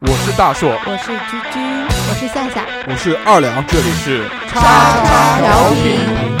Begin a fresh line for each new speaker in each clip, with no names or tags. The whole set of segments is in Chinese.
我是大硕，
我是居居，我是夏夏，
我是二两，这里是
叉叉调频。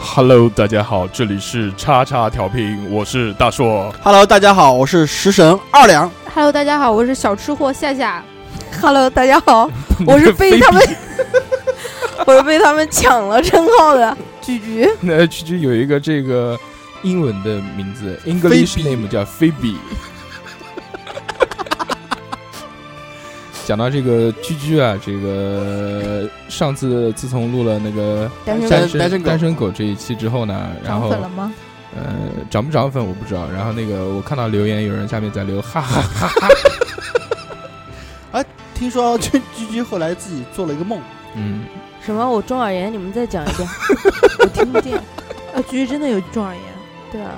Hello，大家好，这里是叉叉调频，我是大硕。
Hello，大家好，我是食神二两。
Hello，大家好，我是小吃货夏夏。Hello，大家 好，我是被他们， 我是被他们抢了称号的居居。
那区区有一个这个英文的名字，English name 叫 Phoebe。讲到这个居居啊，这个上次自从录了那个
单身
单
身单
身狗
狗这一期之后呢，然
涨
后
粉了吗？
呃涨不涨粉我不知道，然后那个我看到留言有人下面在留哈哈哈，
听说这居居后来自己做了一个梦，
嗯，
什么？我中耳炎？你们再讲一 遍，我听不见。
啊，居居真的有中耳炎。
对啊，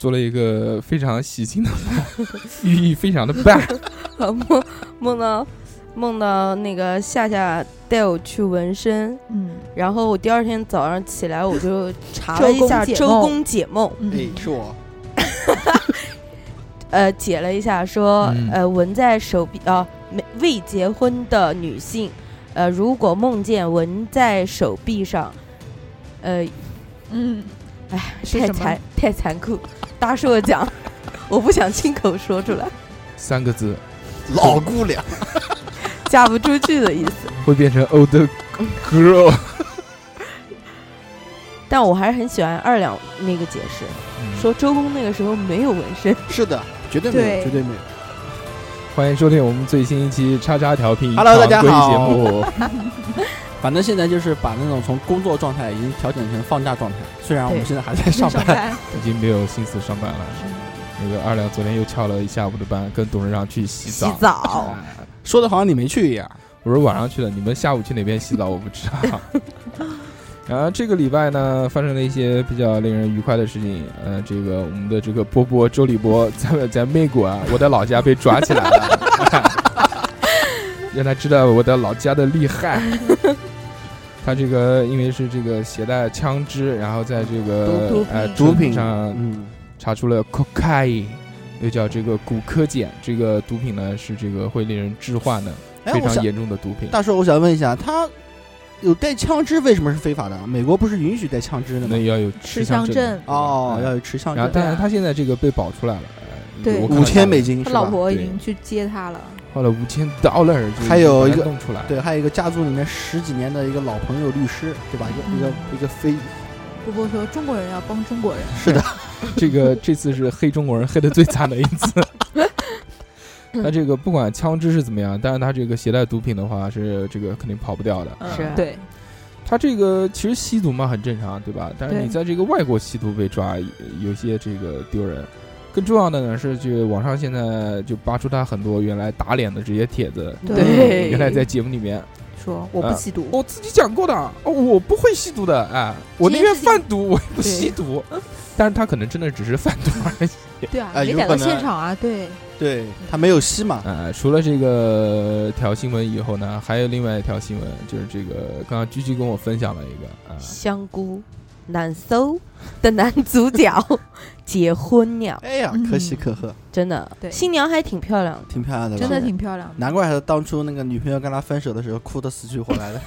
做了一个非常喜庆的 梦，寓意非常的棒。
梦梦到梦到那个夏夏带我去纹身，
嗯
然后我第二天早上起来我就查
周
了一
公哦
下
解
周
梦
公解梦，
哎
嗯，，
是我，
呃，解了一下说，
嗯
呃，纹在手臂啊，没未结婚的女性，呃，如果梦见纹在手臂上，呃，
嗯，是
太
什么
残太残酷，大硕讲， 我不想亲口说出来，
三个字
老姑娘。
嫁不出去的意思。
会变成 old girl。
但我还是很喜欢二两那个解释，
嗯
说周公那个时候没有纹身。
是的，绝对没
对
有，绝对没有。
欢迎收听我们最新一期叉叉调频
Hello，大
常
家
规
好
节目。
反正现在就是把那种从工作状态已经调整成放假状态，虽然我们
对
现在还在上班。
班。
已经没有心思上班了。那个二两昨天又翘了一下午的班，跟董事长去洗澡。
洗澡
哎
说的好像你没去一样。
我说晚上去的，你们下午去哪边洗澡我不知 道。然后这个礼拜呢，发生了一些比较令人愉快的事情。呃，这个我们的这个波波周立波在在美国啊，我的老家被抓起来 了，让他知道我的老家的厉害。他这个因为是这个携带枪支，然后在这个
毒毒
呃
品
毒品
上
嗯，
查出了 cocaine，又叫这个骨科碱，这个毒品呢是这个会令人致幻的，
哎，
非
我
常
想，
严重的毒品。
大叔，我想问一下，他有带枪支为什么是非法的？美国不是允许带枪支的
那
吗？
要有
持
持
枪
枪
证
证。
哦，
嗯
要有持枪
然后，
证，
但是他现在这个被保出来了，呃
对
我看
五
了
千美金
他
是
老
吧？
婆已
对
经去接他了。
花了五千 dollar，
还有一个
弄出来，
对，还有一个家族里面十几年的一个老朋友律师，对吧？一个一个一个非
波波说：“中国人要帮中国人。
这个这次是黑中国人黑的最惨的一次。那这个不管枪支是怎么样，但是他这个携带毒品的话是这个肯定跑不掉的。
嗯”
是
对，
他这个其实吸毒嘛很正常，对吧？但是
对
你在这个外国吸毒被抓，有些这个丢人。更重要的呢是，这个网上现在就扒出他很多原来打脸的这些帖子。
对
原来在节目里面，
说我不
啊
吸毒。
我自己讲过的，哦，我不会吸毒的，哎，我宁愿贩毒，我也不吸毒。但是他可能真的只是贩毒而已。
对啊，
哎
没
有
赶到
可能
现场啊。对，
对他没有吸嘛，
呃，除了这个条新闻以后呢，还有另外一条新闻，就是这个刚刚居居跟我分享了一个啊、
香菇难搜的男主角结婚了，
哎呀，可喜可贺，
真的
对，
新娘还挺漂亮的。
挺漂亮的吧，
真的挺漂亮的。
难怪他当初那个女朋友跟他分手的时候哭得死去活来的。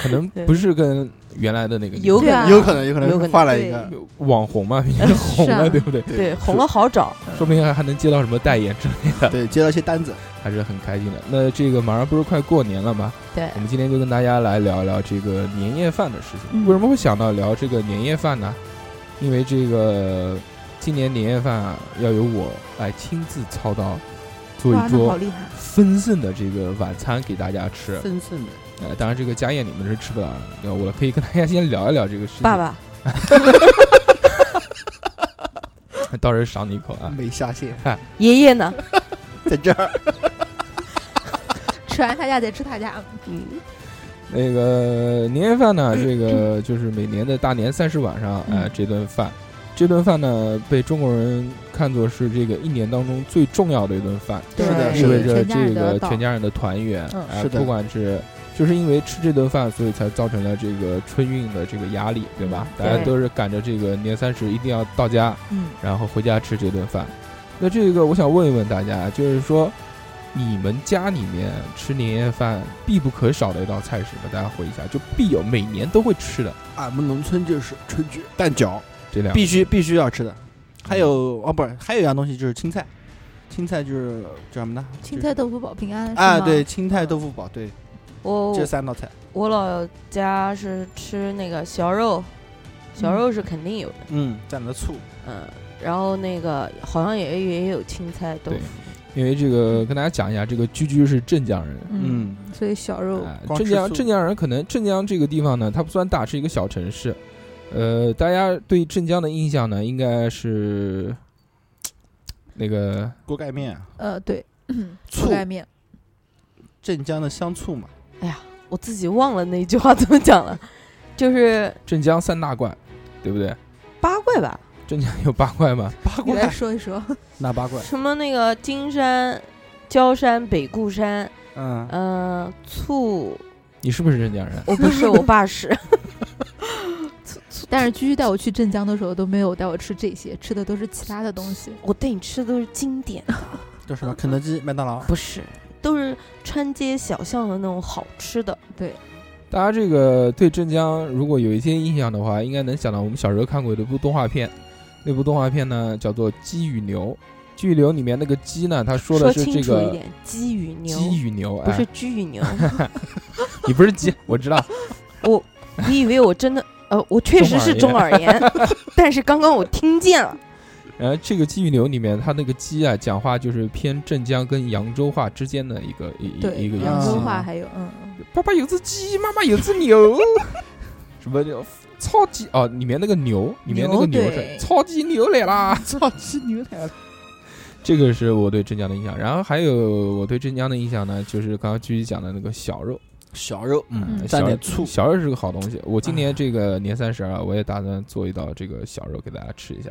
可能
对
不是跟原来的那个女
有
的
可能
啊有可能有可
啊有可能
能换了一个，
网红嘛，已经红
是
了，
啊
对不对？
对，红了好找，
说不定还还能接到什么代言之类的，
对，接到一些单子，
还是很开心的。那这个马上不是快过年了吗？
对
我们今天就跟大家来聊一聊这个年夜饭的事情。
嗯
为什么会想到聊这个年夜饭呢？因为这个今年年夜饭啊，要由我来亲自操刀，做
哇，
一
那好
桌
厉害！
丰盛的这个晚餐给大家吃。
真正的
呃，当然这个家宴你们是吃不了的，那我可以跟大家先聊一聊这个事情。
爸，爸
到时候赏你一口啊。
没下线，
爷爷呢？
在这儿
吃完他家再吃他家，嗯，
那个年夜饭呢，这个就是每年的大年三十晚上，
嗯
呃，这顿饭，这顿饭呢被中国人看作是这个一年当中最重要的一顿饭，
对
是的，
意
是
味着
的，
全家
这
人
个
得到
全家人的团圆，
嗯
哎
是的
不管是。就是因为吃这顿饭，所以才造成了这个春运的这个压力，对吧？大
嗯
家
对
都是赶着这个年三十一定要到家，
嗯，
然后回家吃这顿饭。那这个我想问一问大家，就是说，你们家里面吃年夜饭必不可少的一道菜是什么？大家回忆一下，就必有每年都会吃的
俺们农村就是春卷、蛋饺，
这两个
必须必须要吃的。还有哦，不是，还有一样东西就是青菜，青菜就是叫什么呢？
青菜豆腐保平
就
安
是啊，
是吗
对，，青菜豆腐煲，对，
我
这三道菜。
我老家是吃那个小肉，小肉是肯定有的，
嗯，蘸了醋，
嗯，然后那个好像也也有青菜豆
对
腐，
因为这个跟大家讲一下，这个居居是镇江人。
嗯，
嗯，
所以小肉
啊
光
镇
吃
江
素
镇江人可能镇江这个地方呢，它不算大，是一个小城市。呃，大家对镇江的印象呢，应该是那个
锅盖面啊，
呃对，
醋
覆盖面，
镇江的香醋嘛，
我自己忘了那句话怎么讲了，就是
镇江三大怪，对不对？
八怪吧，
镇江有八怪吗？
八
你来
怪
说一说，
哪八怪？
什么那个金山、焦山、北固山，
嗯，
嗯、醋，
你是不是镇江人？啊
我不是，我爸是，
但是居居带我去镇江的时候都没有带我吃这些，吃的都是其他的东西。
我带你吃的都是经典，
叫什么？肯德基、麦当 劳。
不是，都是川街小巷的那种好吃的，
大家这个对镇江如果有一些印象的话，应该能想到我们小时候看过的一部动画片，那部动画片呢叫做《鸡与牛》。鸡与牛里面那个鸡呢，他说的是
清
这
楚一
个
点，鸡与牛，
鸡与牛，
不是
哎，
鸡与牛，
你 不是鸡，我知道，
我你以为我真的呃，我确实是中耳炎， 但是刚刚我听见了，
呃，这个鸡与牛里面，它那个鸡啊，讲话就是偏镇江跟扬州话之间的一个一一一个
对，
样
扬
子
州
嗯。
话还有嗯 嗯，
爸爸有只鸡，妈妈有只牛， 什么叫超级哦？里面那个牛，里面那个
牛
牛
对
是超级牛来啦！
超级牛奶了。
这个是我对镇江的印象。然后还有我对镇江的印象呢，就是刚刚居居讲的那个小肉，
小肉，
嗯
小
蘸
肉
点醋
小肉是个好东西。我今年这个年三十啊，我也打算做一道这个小肉给大家吃一下。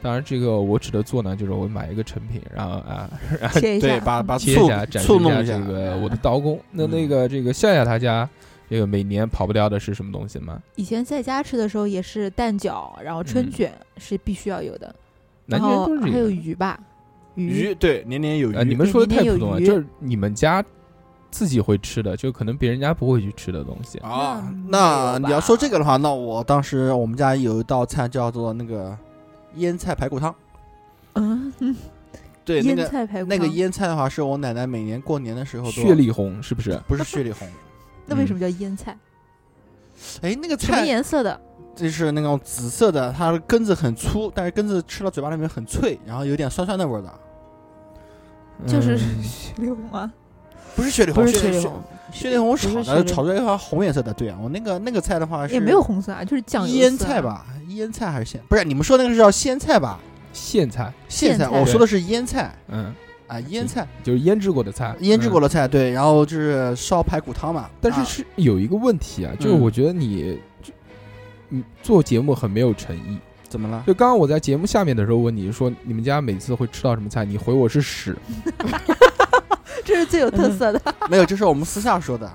当然，这个我指的做呢，就是我买一个成品，然后啊，
切一
对，
下，
把把
切
醋
一下，展示
醋
一
弄
下
一下
这。个我的刀工。那那
嗯
个这个夏夏他家，这个每年跑不掉的是什么东西吗？
以前在家吃的时候也是蛋饺，然后春
嗯
卷是必须要有的，
南
然
京人
后
都是
还
这
有
个。
鱼吧，鱼
鱼对，年年有
呃，你
余。
们说的
里
太
面
普通
有
了，
鱼
就是你们家自己会吃的，就可能别人家不会去吃的东西。
啊，那
那没有
你要说这
吧
个的话，那我当时我们家有一道菜叫做那个腌菜排骨汤。
嗯，
对，那
腌
个
菜排骨
那个
汤
腌菜的话，是我奶奶每年过年的时候做
血，里红是不是？
不是血里 红。
那为什么叫腌菜？
哎，那个
什么
菜
颜色的？
就是那种紫色的，它的根子很粗，但是根子吃到嘴巴里面很脆，然后有点酸酸的味道。
就是
嗯
雪里红啊，
不是雪里
不
红，
是
雪里
雪里
红
红，，
雪里红我
不是
炒
雪
的，
里红
炒出来一块红颜色的。对啊，我那个那个菜的话是
也没有红色啊，就是酱油
腌
色啊
菜。吧，腌菜还是咸？不是，你们说那个是叫鲜菜吧？
苋菜，
苋
苋
菜，
菜
我说的是腌菜
嗯，
啊，腌菜，
就是腌制过的菜，
腌制过
嗯。
的菜，对，然后就是烧排骨汤嘛。
但是
啊
是有一个问题啊，就是
嗯
我觉得你，就你做节目很没有诚意。
怎么了？
就刚刚我在节目下面的时候问你说你们家每次会吃到什么菜，你回我是屎，
嗯
这是最有
嗯
特色的
没有，这是我们私下说的，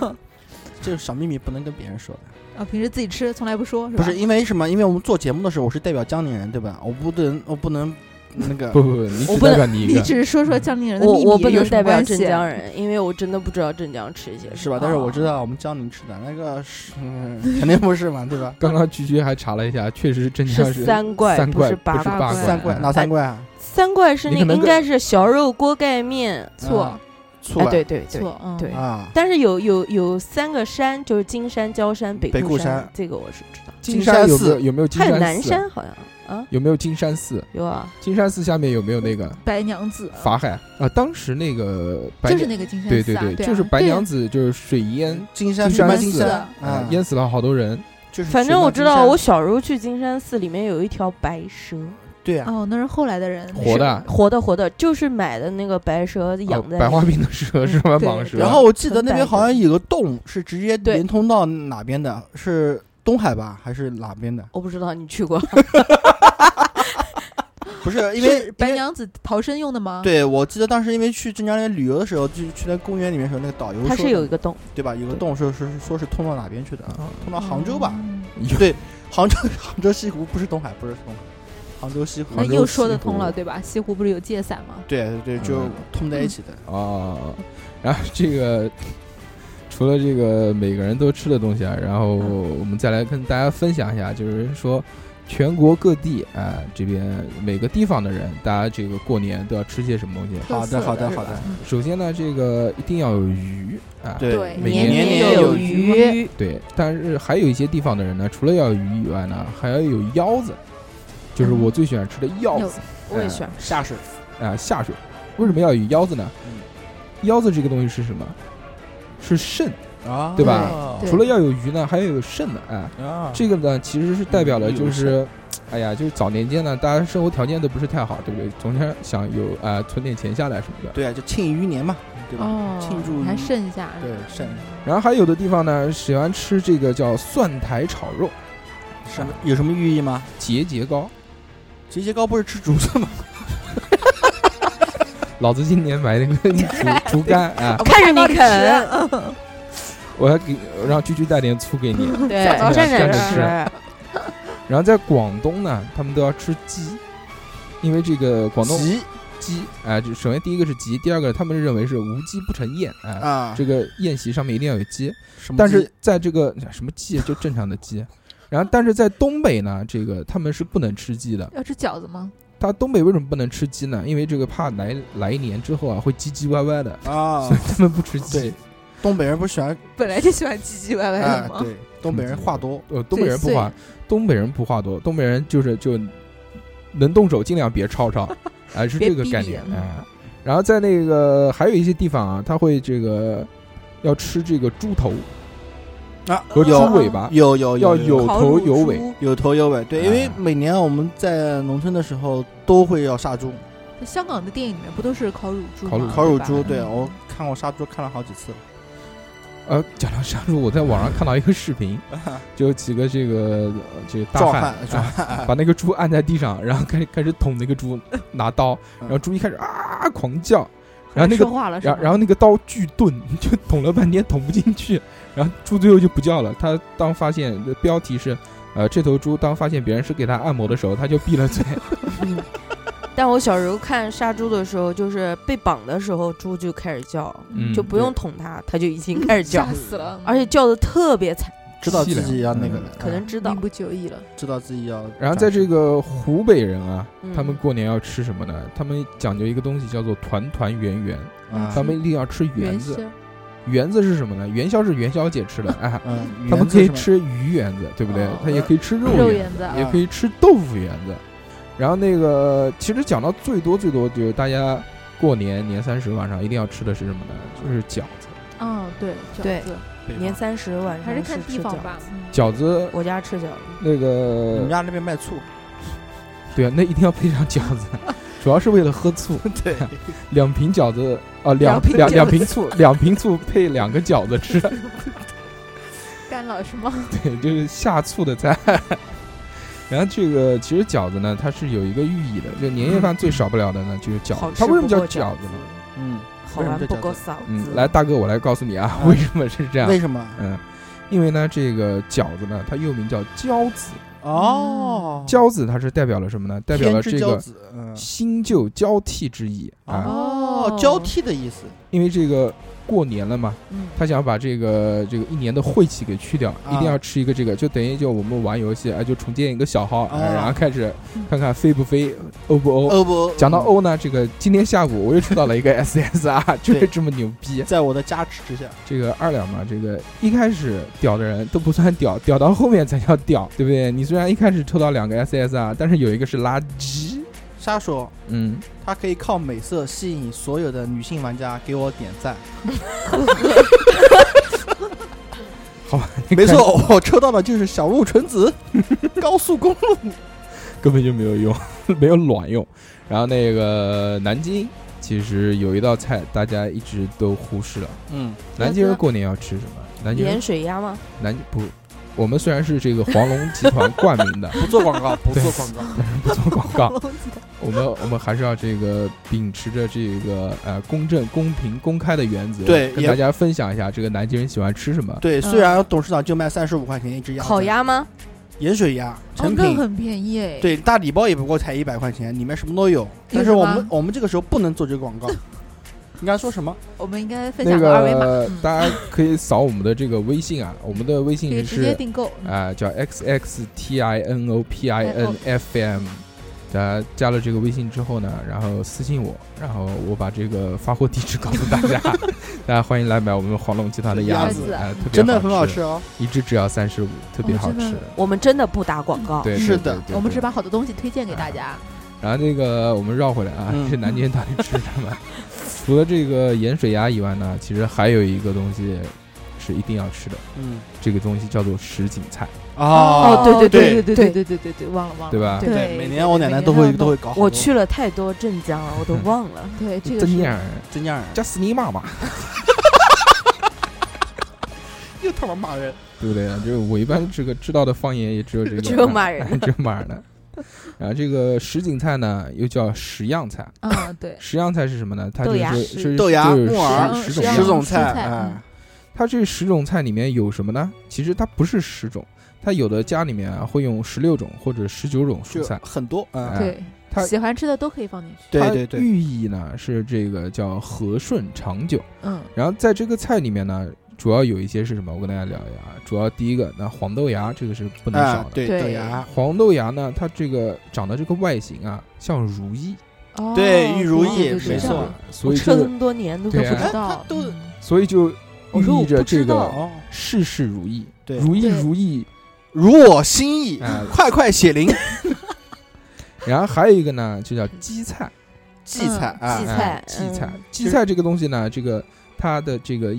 这个小秘密不能跟别人说的。
啊！平时自己吃从来不说，是
不
吧？
是因为什么？因为我们做节目的时候，我是代表江宁人，对吧？我不能，我不能那个
不不不，你
我
只
不
代表你一
你
个。？
只是说
嗯
说江陵人的
我
秘密，
我不
有
能
什么
代表
关
镇
系啊
江人，因为我真的不知道镇江吃一些什么。
是吧？
啊
但是我知道我们江宁吃的那个是、嗯肯定不是嘛，对吧
刚刚菊菊还查了一下，确实镇江
是三怪，
三
不
怪嗯
是八
不是八
怪。
三怪哪三怪啊？
三怪是
你
那
可能
应
跟啊
该是小肉锅盖面，
错醋
哎，
啊
对对对
错，嗯，
对
啊，
但是有有有三个山，就是金山、焦山、北
北固
山，
山
这个我是知道。
金山有没有
寺
有没有金
还有
山
南
寺？
山好像啊，
有没有金山寺？
有啊，
金山寺下面有没有那个
白娘子
法海啊？当时那个白
就是
娘
那个金山
对
寺啊
对
对啊，
就是白娘
子
子就是水淹
金山
金
什么
山
金
寺
山
啊
啊，，
淹死了好多人。
就是
反
水
正
漫
我
金
知道，
山
我小时候去金山寺，里面有一条白蛇，
对啊，
哦，那是后来的人
活的啊
活的活的，就是买的那个白蛇养
哦
在
白化病的蛇是吧？
对
蟒蛇。
然后我记得那边
很
好
白
像有个洞是直接
对
连通到哪边的？是东海吧，还是哪边的？
我不知道你去过，
不是因为
是白。
因为
娘子逃生用的吗？，
对，我记得当时因为去镇江那边旅游的时候，就是去那公园里面的时候，那个导游
它
说
是有一个洞，
对吧？有个
对
洞说说说是通到哪边去的，
啊
通到杭州吧？
嗯
有
对，杭州 杭州西湖不是东海，不是东海，杭州西湖
那
杭。州
又说得
西湖
通了，对吧？西湖不是有借伞吗？
对对对，就
嗯
通在一起的。
哦，然后这个除了这个每个人都吃的东西啊，然后我们再来跟大家分享一下，就是说全国各地啊、这边每个地方的人，大家这个过年都要吃些什么东西？
特
好
色
的，好的，
是
好
吧
的。
首先呢，这个一定要有鱼啊，
对
每
哎年
年
年
有
有
余。
对但是还有一些地方的人呢，除了要有鱼以外呢，还要有腰子，就是我最喜欢吃的腰子。
我也喜欢
呃下水
啊，下水。为什么要有腰子呢？
嗯
腰子这个东西是什么？是肾。
啊
对吧
吧
对
除了要有鱼呢，还要有肾呢。哎，
啊，
这个呢，其实是代表了
嗯
就
有
是，哎呀，就是早年间呢，大家生活条件都不是太好，对不对？总想想有啊、存点钱下来什么的。
对啊，就庆余年嘛，对吧？
哦，
庆祝
还剩下
对剩
然后还有的地方呢，喜欢吃这个叫蒜苔炒肉，
什么有什么寓意吗？
节节高。
节节高不是吃竹子吗？
老子今年买了个 竹竹竿啊，
看着你啃，
我还给让居居带点粗给你。
对，
早上
站
站
着
着吃
吃，
然后在广东呢，他们都要吃鸡，因为这个广东
鸡
鸡啊，就首先第一个是鸡，第二个他们认为是无鸡不成宴啊，
啊，
这个宴席上面一定要有鸡。
什么
但是
鸡
在这个什么鸡啊就正常的鸡，然后但是在东北呢，这个他们是不能吃鸡的。
要吃饺子吗？
他东北为什么不能吃鸡呢？因为这个怕来来年之后啊会唧唧歪歪的，
啊
所以，他们不吃鸡
对。东北人不喜欢
本来就喜欢唧唧歪歪
哎
的，嘛。
对，东北人话多，
呃，东北人不话，东北人不话多，东北人就是就能动手尽量别吵 吵，啊、是
别
这个
逼
概
逼
念啊、
嗯
然后在那个还有一些地方啊，他会这个要吃这个猪头
啊
和
有
猪尾巴，
有有
要
有
有头有尾。
有头有尾，对，因为
啊
每年我们在农村的时候都会要杀猪，
香港的电影里面不都是烤乳猪吗？
烤乳
烤乳
对吧
猪，
嗯
对哦我看过杀猪看了好几次，
呃，讲到杀猪，我在网上看到一个视频，就有几个这个呃这个大
壮
汉
汉壮
啊
汉，
把那个猪按在地上，然后开始开始捅那个猪，拿刀，
嗯
然后猪一开始啊狂叫，然后那个
说话了是
然
吗，
后然后那个刀巨钝， 就捅了半天捅不进去，然后猪最后就不叫了。他当发现标题是，呃，这头猪当发现别人是给它按摩的时候，他就闭了 嘴。
但我小时候看杀猪的时候，就是被绑的时候，猪就开始叫，
嗯
就不用捅它，它就已经开始叫
嗯吓，死了，
而且叫的特别惨，
知道
气
自
了
己要那个
嗯
了，
可能知道
命。不久矣了。
知道自己要。
然后在这个湖北人啊，
嗯
他们过年要吃什么呢？他们讲究一个东西叫做团团圆圆，
啊
他们一定要吃圆
原
子。
先
圆子是什么呢？元宵是元宵节吃的， 哎，
嗯，
他们可
圆子
以
是吧
吃鱼圆子，对不对
哦？
他也可以吃肉
肉
圆
圆子，
也可以吃豆腐圆子。然后那个，其实讲到最多最多就是大家过年年三十晚上一定要吃的是什么呢？就是饺子。
嗯，对，
对
饺子
北
年
方
三十晚上
还是看
吃
地方
饺
吧
子。
嗯
饺子
我家吃饺子，
那
你们
个，
家那边卖醋，
对啊，那一定要配上饺子， 主要是为了喝醋。
对，
两瓶饺子啊，两
两瓶
两
饺子
两瓶醋，两瓶醋配两个饺子吃，
干老师吗？
对，就是下醋的菜。 然后这个其实饺子呢，它是有一个寓意的，就年夜饭最少不了的呢就是饺
好
子。
吃
它为什么
不
叫
过
饺
饺
子呢？
嗯，
好玩不过嫂子
嗯，。来，大哥，我来告诉你啊，
嗯
为什么是这样？
为什么？
嗯，因为呢，这个饺子呢，它又名叫饺子，
哦，
交子它是代表了什么呢？代表了
天之
这
骄
个
子，嗯，
新旧交替之意啊，
哦，交替的意思，
因为这个过年了嘛，
嗯，
他想把这个这个一年的晦气给去掉，
啊
一定要吃一个这个，就等于就我们玩游戏，哎，就重建一个小号，哎
啊
然后开始
嗯
看看飞不飞，欧不欧。
欧呃不？嗯
讲到，欧呢，这个今天下午我又吃到了一个 SSR，就是
对
这么牛逼。
在我的加持之下，
这个二两嘛，这个一开始屌的人都不算屌，屌到后面才叫屌，对不对？你虽然一开始抽到两个 SSR，但是有一个是垃圾，
杀手
嗯，
他可以靠美色吸引所有的女性玩家给我点赞。
好吧，
没错， 我抽到的就是小鹿纯子， 高速公路。
根本就没有用， 没有卵用。然后那个南京其实有一道菜大家一直都忽视了，
嗯，
南京人过年要吃什么？南京人
盐水鸭吗？
南不，我们虽然是这个黄龙集团冠名的，
不做广告，不做广告。
不做广告，
忘记了
我们我们还是要这个秉持着这个呃公正、公平、公开的原则，
对
跟
也
大家分享一下这个南京人喜欢吃什么。
对，虽然董事长就卖三十五块钱一只鸭，
烤、鸭吗？
盐水鸭、
哦，
成
那
品，
很便宜哎，
对，大礼包也不过才一百块钱，里面什么都有。但
有
是
什么
我们我们这个时候不能做这个广告。你刚才说什么？
我们应该分
那
享二维码，
个
嗯
大家可以扫我们的这个微信啊，我们的微
可以
信
直接
是
订购。嗯
啊、叫 x x t i n o p i n f m，大家加了这个微信之后呢，然后私信我，然后我把这个发货地址告诉大 家，大家欢迎来买我们黄龙集团的鸭
鸭
子，
子
哎、特别
真的很好
好
吃，哦。
一只只要三十五，特别
哦
好
真的
吃。
我们真的不打广告。
对，
是
对
的，
对
我们
对
只把好的东西推荐给大家。
然后这个我们绕回来啊，
嗯
这南京到底吃什么？ 除了这个盐水鸭以外呢，其实还有一个东西是一定要吃的，
嗯，
这个东西叫做什锦菜，
哦，对
对
对
对
对对对对，忘了忘了。
啊对吧？
对
每年我奶奶都会都会搞好多。
我去了太多镇江了，
嗯
我都忘了。
对这个
真
是
样儿，
真家人，
叫死你妈妈！
又他妈骂人。
对不对？就是我一般这个知道的方言也只有这个，
只有骂 人，
只有骂人的。然后这个什锦菜呢，又叫十样菜。
啊， 对，
十样菜是什么呢？它就
豆芽
是
十
是
豆芽
就是
木耳
十
嗯
十种
十样
样
种
蔬
菜，
菜
哎，
它这十种菜里面有什么呢？其实它不是十种，它有的家里面啊会用十六种或者十九种蔬
就
菜。
很多。嗯，
哎
对
它，
喜欢吃的都可以放进去。
它，寓意呢是这个叫和顺长久。
嗯，
然后在这个菜里面呢，主要有一些是什么？我跟大家聊一下啊。主要第一个，那黄豆芽这个是不能少
啊
的。，
对
对
豆芽，
黄豆芽呢，它这个长的这个外形啊，像如意，
哦
对玉如意
对对对
没
这
错
样
所以
吃了这
就
么多年都不
对啊
知道
哎。
到
它都
嗯
所以就
我说
寓
我
意着
不
这
知道
个
哦，
事事如意，
对
如意
对
如意。
如我心意
哎，
快快写零。
然后还有一个呢，就叫荠菜，
荠菜啊
荠，
哎
菜
荠菜
嗯，
荠菜这个东西呢，这个它的这个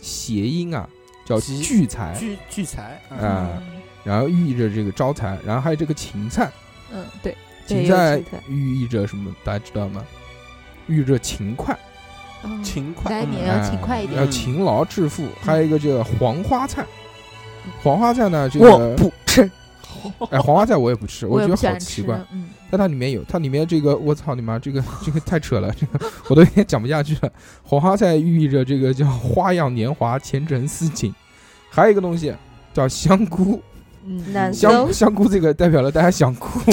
谐音啊叫
集
聚财，
聚聚嗯财
哎啊然后寓意着这个招财，然后还有这个芹菜，
嗯，对，
对
芹
有
菜
芹菜
寓意着什么？大家知道吗？寓意着勤快，
嗯
勤快
来。年
嗯
要勤快一点。
要勤劳致富。还有一个这个黄花菜，
嗯
黄花菜呢，这
我
个
不吃，
哎，黄花菜我也不吃，我
嗯也
觉
不
得
喜
好
欢
奇
吃
怪。
的，嗯，
但它里面有，它里面这个我操你妈，这个这个太扯了，这个我都有点讲不下去了。黄花菜寓意着这个叫花样年华、前程似锦，还有一个东西叫香菇，
嗯
难
香
搜
香菇这个代表了大家想哭，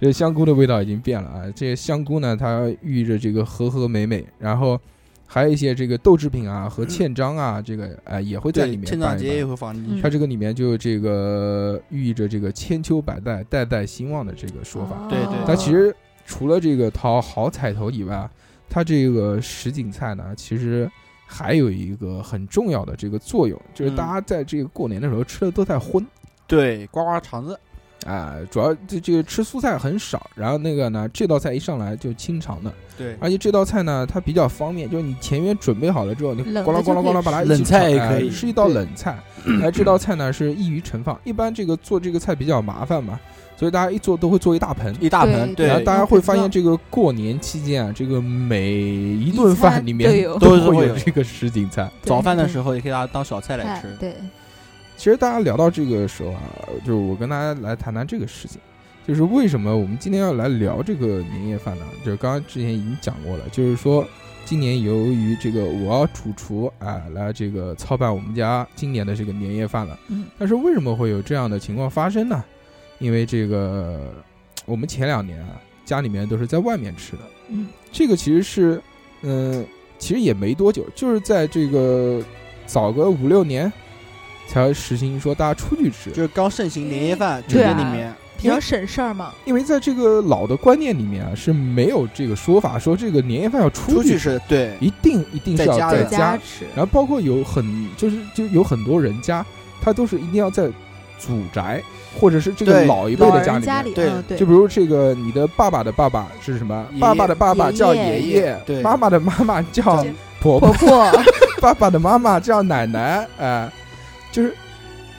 这香菇的味道已经变了啊！这些香菇呢，它寓意着这个和和美美，然后还有一些这个豆制品啊和欠章啊，这个呃也会在里
对，
面
成
放
长
一
节也
放。
会放进去。
它这个里面就这个寓意着这个千秋百代、代代兴旺的这个说
哦
法。
对
哦
对
它其实除了这个讨好彩头以外，它这个什锦菜呢，其实还有一个很重要的这个作用，就是
嗯
大家在这个过年的时候吃的都太荤。
对，刮刮肠子，
啊，主要这这个吃蔬菜很少，然后那个呢，这道菜一上来就清肠的，
对，
而且这道菜呢，它比较方便，就是你前面准备好了之后，你咣
冷
啷
的
咣
就
啷
可以
咣啷把它一
吃
起
冷菜也
炒
可
哎
以
是一道
对
冷菜。哎，这道菜呢是易于盛放，一般这个做这个菜比较麻烦嘛，所以大家一做都会做一大盆。
一大盆，
对
然后
对，
大家
要
会
盆
发现，
装
这个过年期间啊，这个每一顿饭
餐
里
都
面
有
都
都是
会
会
有
有
这个什锦菜。
早饭的
候
时候也可以把它当小菜来
哎
吃。
对，
其实大家聊到这个时候啊，就是我跟大家来谈谈这个事情。就是为什么我们今天要来聊这个年夜饭呢？就刚刚之前已经讲过了，就是说今年由于这个我要主厨啊来这个操办我们家今年的这个年夜饭了。
嗯
但是为什么会有这样的情况发生呢？因为这个我们前两年啊，家里面都是在外面吃的，
嗯
这个其实是，嗯、其实也没多久，就是在这个早个五六年才实行说大家出去吃
就，是刚盛行年夜饭酒
对
店
啊
里面，
比较省事儿嘛。
因为在这个老的观念里面啊是没有这个说法，说这个年夜饭要出
出去
去，
吃，对，
一定一定是要在
在家的
哎家，
吃，
然后包括有很就是就有很多人家，他都是一定要在祖宅或者是这个
对
老一辈
老
的
人
家里
家
面。
里，
对
嗯对
就比如这个，你的爸爸的爸爸是什么
爷？爷
爸爸的爸爸叫
爷爷
爷
爷爷对
妈妈的妈妈叫
就
婆婆
婆，婆
爸爸的妈妈叫奶奶，哎、就是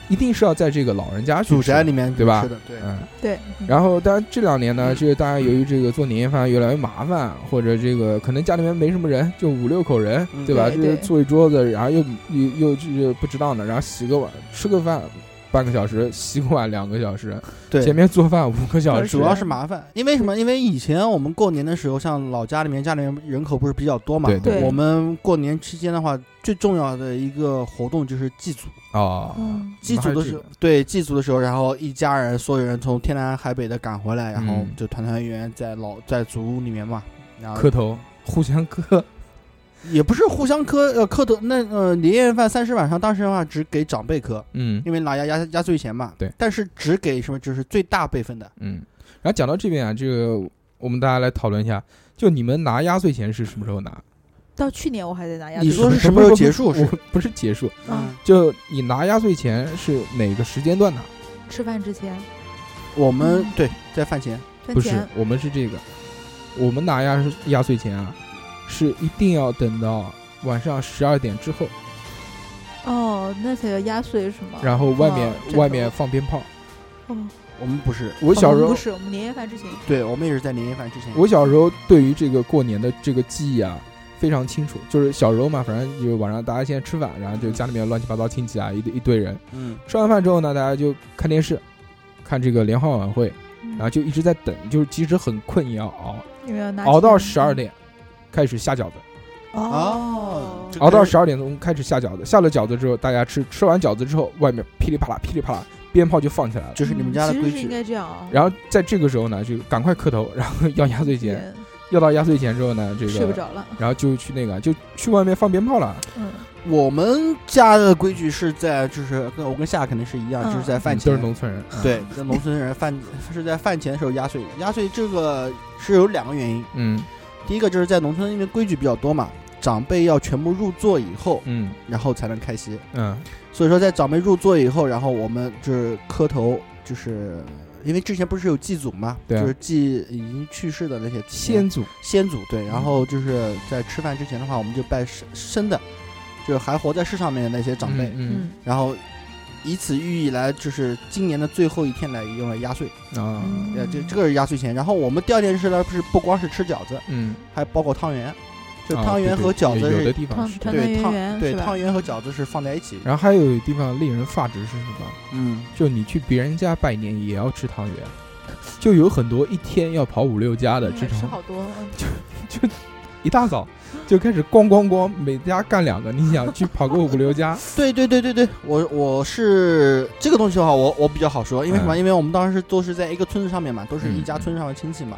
一定是要在这个老人家去
祖宅
吃
里面
对吧
吃的，对，
嗯，
对，嗯
然后，当然这两年呢，
嗯
就是大家由于这个做年夜饭越来越麻烦，或者这个可能家里面没什么人，就五六口人，
嗯
对吧？
对
就是
对
坐一桌子，然后又又又又不值当的，然后洗个碗，吃个饭半个小时，洗个碗两个小时，
对，
前面做饭五个小时，
主要是麻烦，因为什么？因为以前我们过年的时候，像老家里面，家里面人口不是比较多嘛？
对
对
我们过年期间的话，最重要的一个活动就是祭祖。
哦，
嗯
祭祖的时候，对祭祖的时候，然后一家人所有人从天南海北的赶回来，然后
嗯
就团团圆圆在老在祖屋里面嘛，然后
磕头，互相磕，
也不是互相磕呃磕头，那呃年夜饭三十晚上当时的话只给长辈磕，
嗯
因为拿压压压岁钱嘛。
对
但是只给什么就是最大辈分的，
嗯。然后讲到这边啊，这个我们大家来讨论一下，就你们拿压岁钱是什么时候拿？
到去年我还在拿牙。
你说是
什
什
么
么
时
时
候
候结束是
我？ 不是结束，
嗯，
就你拿压岁钱是哪个时间段拿？
吃饭之前
我们
嗯
对在饭前。
饭
不是
前，
我们是这个，我们拿压压岁钱啊，是一定要等到晚上十二点之后，
哦，那才叫压岁是
啊
吗？
然后外面、
哦
外面放鞭炮。
哦，
我们不是，
我小时
哦
候，
不是我们年夜饭之前，
对我们也是在年夜饭之前。
我小时候对于这个过年的这个记忆啊。非常清楚，就是小时候嘛，反正就是晚上大家先吃饭，然后就家里面乱七八糟亲戚啊，一堆一堆人。
嗯，
吃完饭之后呢，大家就看电视，看这个联欢晚会，
嗯
然后就一直在等，就是即使很困也要熬，
因为要拿
熬到
钱
十二点，开始下饺子。
哦
这，
熬到
跟
十二点钟开始下饺子，下了饺子之后大家吃，吃完饺子之后，外面噼里啪啦噼里啪啦，鞭炮就放起来了。
就是你们
嗯
家的
其实
规
是应
矩，
该这样啊。
然后在这个时候呢，就赶快磕头，然后要压岁钱，要到压岁钱之后呢，这
睡不
个
着了，
然后就去那个就去外面放鞭炮了。
嗯，
我们家的规矩是在就是跟我跟夏肯定是一样，就是
嗯
在饭
嗯都是
前。
农村人，嗯，
对，在农村人饭是在饭前的时候压岁，压岁这个是有两个原因。
嗯
第一个就是在农村，因为规矩比较多嘛，长辈要全部入座以后，
嗯
然后才能开席。
嗯
所以说，在长辈入座以后，然后我们就是磕头，就是因为之前不是有祭祖嘛，
对啊
就是祭已经去世的那些先
先祖
先祖对，然后就是在吃饭之前的话，我们就拜生生的，就是还活在世上面的那些长辈，
嗯
然后以此寓意来，就是今年的最后一天来用来压岁，
嗯啊
呃，这这个是压岁钱。然后我们第二件事呢，不是不光是吃饺子，
嗯，
还包括汤圆，就
啊
汤圆
对
和
哦对
饺
有
子
有的
是，
地方
汤
是。
汤
对
圆
汤
圆
对
是吧
汤圆和饺子是放在一起，
然后还有地方令人发指是什么？
嗯，
就你去别人家拜年也要吃汤圆，就有很多一天要跑五六家的
嗯
这种
吃。好多，嗯
一大早就开始咣咣咣，每家干两个。你想去跑个五六 家，
对对对对对，我我是这个东西的话，我我比较好说，因为什么？
嗯
因为我们当时都是在一个村子上面嘛，都是一家
嗯
村子上的亲戚嘛。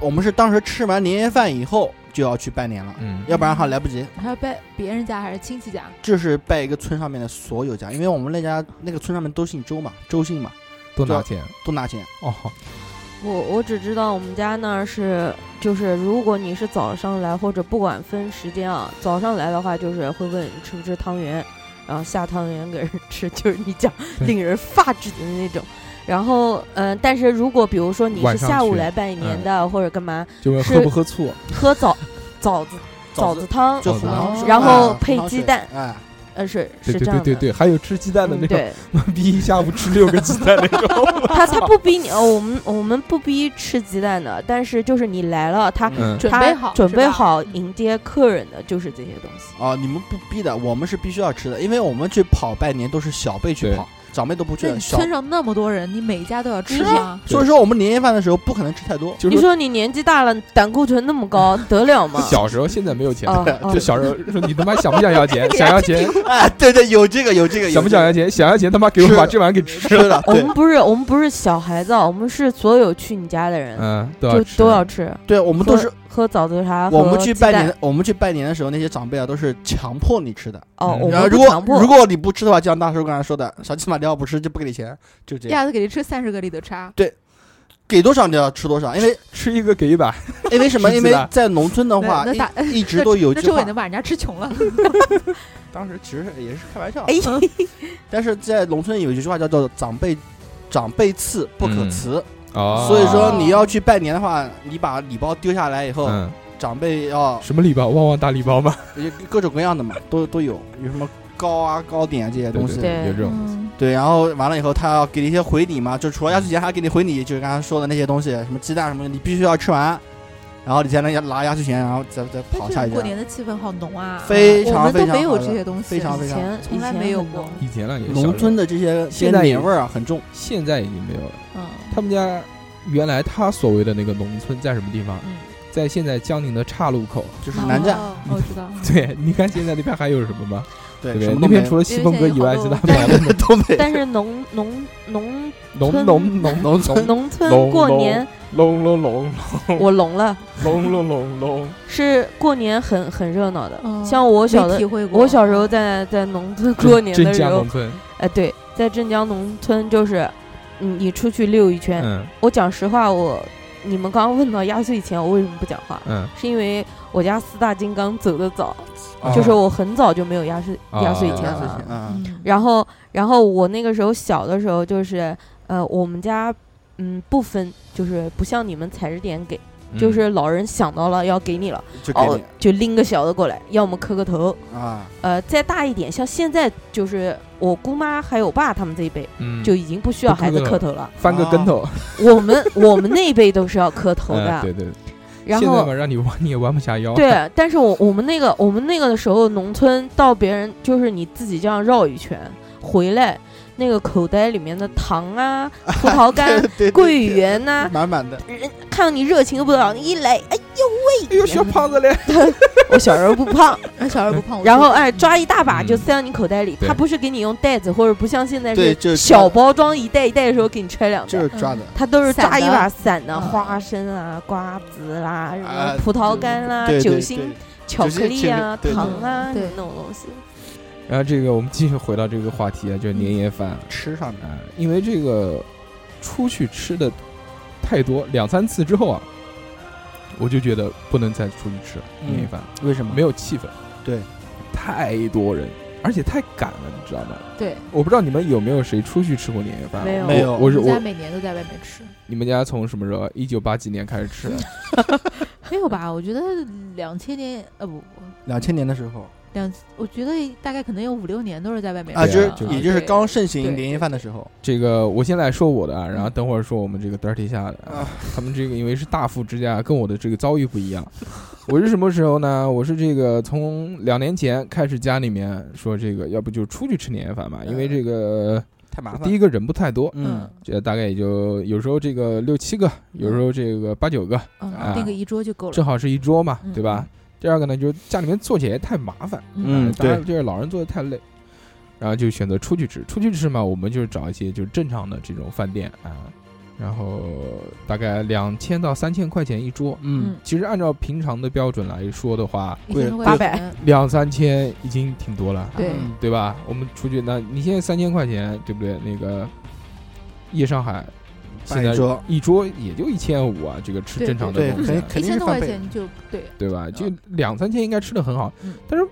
我们是当时吃完年夜饭以后就要去拜年了，
嗯
要不然的话来不及。
还要拜别人家还是亲戚家？
这是拜一个村上面的所有家，因为我们那家那个村上面都姓周嘛，周姓嘛，
多拿钱
都拿钱。
哦。
我我只知道我们家那儿是，就是如果你是早上来，或者不管分时间啊，早上来的话，就是会问你吃不吃汤圆，然后下汤圆给人吃， 就是你讲
对
令人发指的那种。然后，嗯、但是如果比如说你
晚
是
上
下午
去嗯
来拜年的，或者干嘛，
就问
是
喝不喝醋，
喝 枣枣子枣
子
子汤，
就红糖
哦
水，
然后
哎
配
红糖水
鸡蛋
哎，
呃，是
对
是
对
这样
对
的。
对对，还有吃鸡蛋的
嗯
那种，
对，
妈 逼一下午吃六个鸡蛋那种。
他他不逼你，哦我们我们不逼吃鸡蛋的，但是就是你来了，他
嗯，
准
他
备好，
准
是
备
吧
好
嗯
迎接客人的就是这些东西。
哦啊，你们不逼的，我们是必须要吃的，因为我们去跑拜年都是小辈去
对
跑，长辈都不
那
去，
你
小啊
村上那么多人，你每家都要吃吗？
所以说我们年夜饭的时候不可能吃太多，
就是
你
说
说你年纪大了，胆固醇那么高，得 了吗？
小时候现在没有钱，
哦哦
就小时候说你他妈想不想要钱？ 想要钱，
哎，对对，有这个有这个，
想不想要钱？想要钱他妈给我
是
把这碗给吃
吃
了。
了？
我
对
们不是我们不是小孩子啊，我们是所有去你家的人、
嗯，都要
就
吃
都要吃，
对，我们都是
喝早茶茶，
我
和
们去
鸡
拜
蛋
年，我们去拜年的时候，那些长辈啊都是强迫你吃的。
哦，
嗯
我
然后
们
如
不强
果
迫
如。果你不吃的话，就像大叔刚才说的，小鸡马你要不吃就不给你钱，就这
一
样，
下子给你吃三十个里头叉，
给多少你就要吃多少，因为
吃一个给一百，
因为什么？
是
因
的
为在农村的话
那那大，
一一直都有一
那
句
这我
话
也，能把人家吃穷了。
当时其实也是开玩笑，
哎，
但是在农村有一句话叫做“长辈长辈次不可
嗯
辞”，
哦
所以说你要去拜年的话，你把礼包丢下来以后，
嗯，
长辈要
什么礼包？旺旺大礼包吗？
各种各样的嘛，都都有，有什么糕啊、糕点啊这些东西。
对
有这种。
嗯
对，然后完了以后，他要给你一些回礼嘛，就除了压岁钱，还给你回礼，就是刚才说的那些东西，什么鸡蛋什么的，你必须要吃完，然后你才能拿压岁钱，然后再再
但
跑
这
下
种
一
过
家。
年的气氛好浓啊，
哎非
我
常
们
非
都
常
没有
好
这
的
些东西，
非常
以
非常
前
从来没有过。
以前了，也是小
农
时
村
候，
的这些
现
些
在也
年味儿啊很重，
现在已经没有了。
嗯，
他们家原来他所谓的那个农村在什么地方？
嗯
在现在江宁的岔路口。
就是南站，
哦我知道。
对，你看现在那边还有什么吗？
对
对不
什
对？
么
那
都没
边
有
除，了西凤阁以外，其
现在有
他没
好多
有了
都没有。
但是农农 农
农
村
农农农村
农村
农
过
农
年，
隆隆隆
我聋了，
隆隆隆隆，
是过年很很热闹的。
嗯
像我小
没
的
体，会过，
我小时
嗯
候在在农村过年的
镇
时
江
候
农，村，
哎，对，在镇江农村就是，嗯，你出去溜一圈。
嗯
我讲实话，我你们刚刚问到压岁钱，我为什么不讲话？
嗯，
是因为我家四大金刚走得早，
哦
啊
就是我很早就没有压岁
哦
压岁
有
钱
压岁
了
钱。嗯，
嗯
然后，然后我那个时候小的时候，就是呃，我们家嗯不分，就是不像你们采着点给，就
嗯
是老人想到了要给你了，
就给
哦
你，
就拎个小的过来，要么磕个头，
哦
啊，
呃，再大一点，像现在就是我姑妈还有我爸他们这一辈
嗯
就已经不需要
不磕
孩子
个
磕头了，
翻个跟头，
我们我们那一辈都是要磕 头
嗯
的，
对对。对
然
现在嘛，
后。
让你弯你也弯不下腰。，
对，但是我我们那个我们那个的时候，农村到别人就是你自己这样绕一圈回来，那个口袋里面的糖啊、 葡萄干、
对，
桂圆啊呐、
满满的，
人看到你热情得不得了，你一来，哎，
哎呦，小胖子嘞，
我小时候不 胖，
哎小时候不胖，我
然后
瘦
哎，抓一大把
嗯
就塞到你口袋里，
对
他不是给你用袋子，或者不像现在
对，
是
就是抓
小
的，
包装一袋一袋的时候给你揣两
就
袋
是，抓的，
他都是抓
散的
一把散的
嗯
花生啊、瓜子啦、什么
啊
嗯葡萄干啦、
对
酒
对
心
对，
巧克力啊、
酒心
糖啊
对对
那种东西。
然后这个我们继续回到这个话题啊，就是年夜饭啊、
吃上面，
因为这个出去吃的太多，两三次之后啊，我就觉得不能再出去吃了
嗯
年夜饭，
为什么
没有气氛。
对，
太多人，而且太赶了，你知道吗？
对，
我不知道你们有没有谁出去吃过年夜饭啊？
没有
我
没有
我是
我们家
我，
每年都在外面吃，
你们家从什么时候？一九八几年开始吃的？
没有吧？我觉得两千年呃不，
两千年的时候
两我觉得大概可能有五六年都是在外面
啊，
对
就
啊
是
就是
也就是
对
刚盛行
对
年夜饭的时候，
这个我先来说我的啊，然后等会儿说我们这个 dirty 下的啊
嗯啊，
他们这个因为是大富之家，跟我的这个遭遇不一样。 我是什么时候呢？我是这个从两年前开始，家里面说这个要不就出去吃年夜饭吧，因为这个
太呃麻
第
烦，
一个人不太多，
嗯，
这大概也就有时候这个六七个，有时候这个八九个，啊
嗯，订个一桌就够了
正。好是一桌嘛，
嗯
对吧？第二个呢，就是家里面做起来太麻烦，
嗯
当然哎
对
就是老人做的太累，然后就选择出去吃。出去吃嘛，我们就是找一些就是正常的这种饭店啊，然后大概两千到三千块钱一桌。
嗯，
其实按照平常的标准来说的话，
一千多
贵
块
八
钱，
两三千已经挺多了，
对
嗯
对吧？我们出去那，你现在三千块钱，对不对？那个夜上海现
办
在
一桌，
一桌也就一千五啊，这个吃
对
正常的
对
东西
肯
啊
定，
一
肯定
千
是
多
翻
块
倍
钱，就对，
对吧？就
嗯
两三千应该吃的很好
嗯，
但是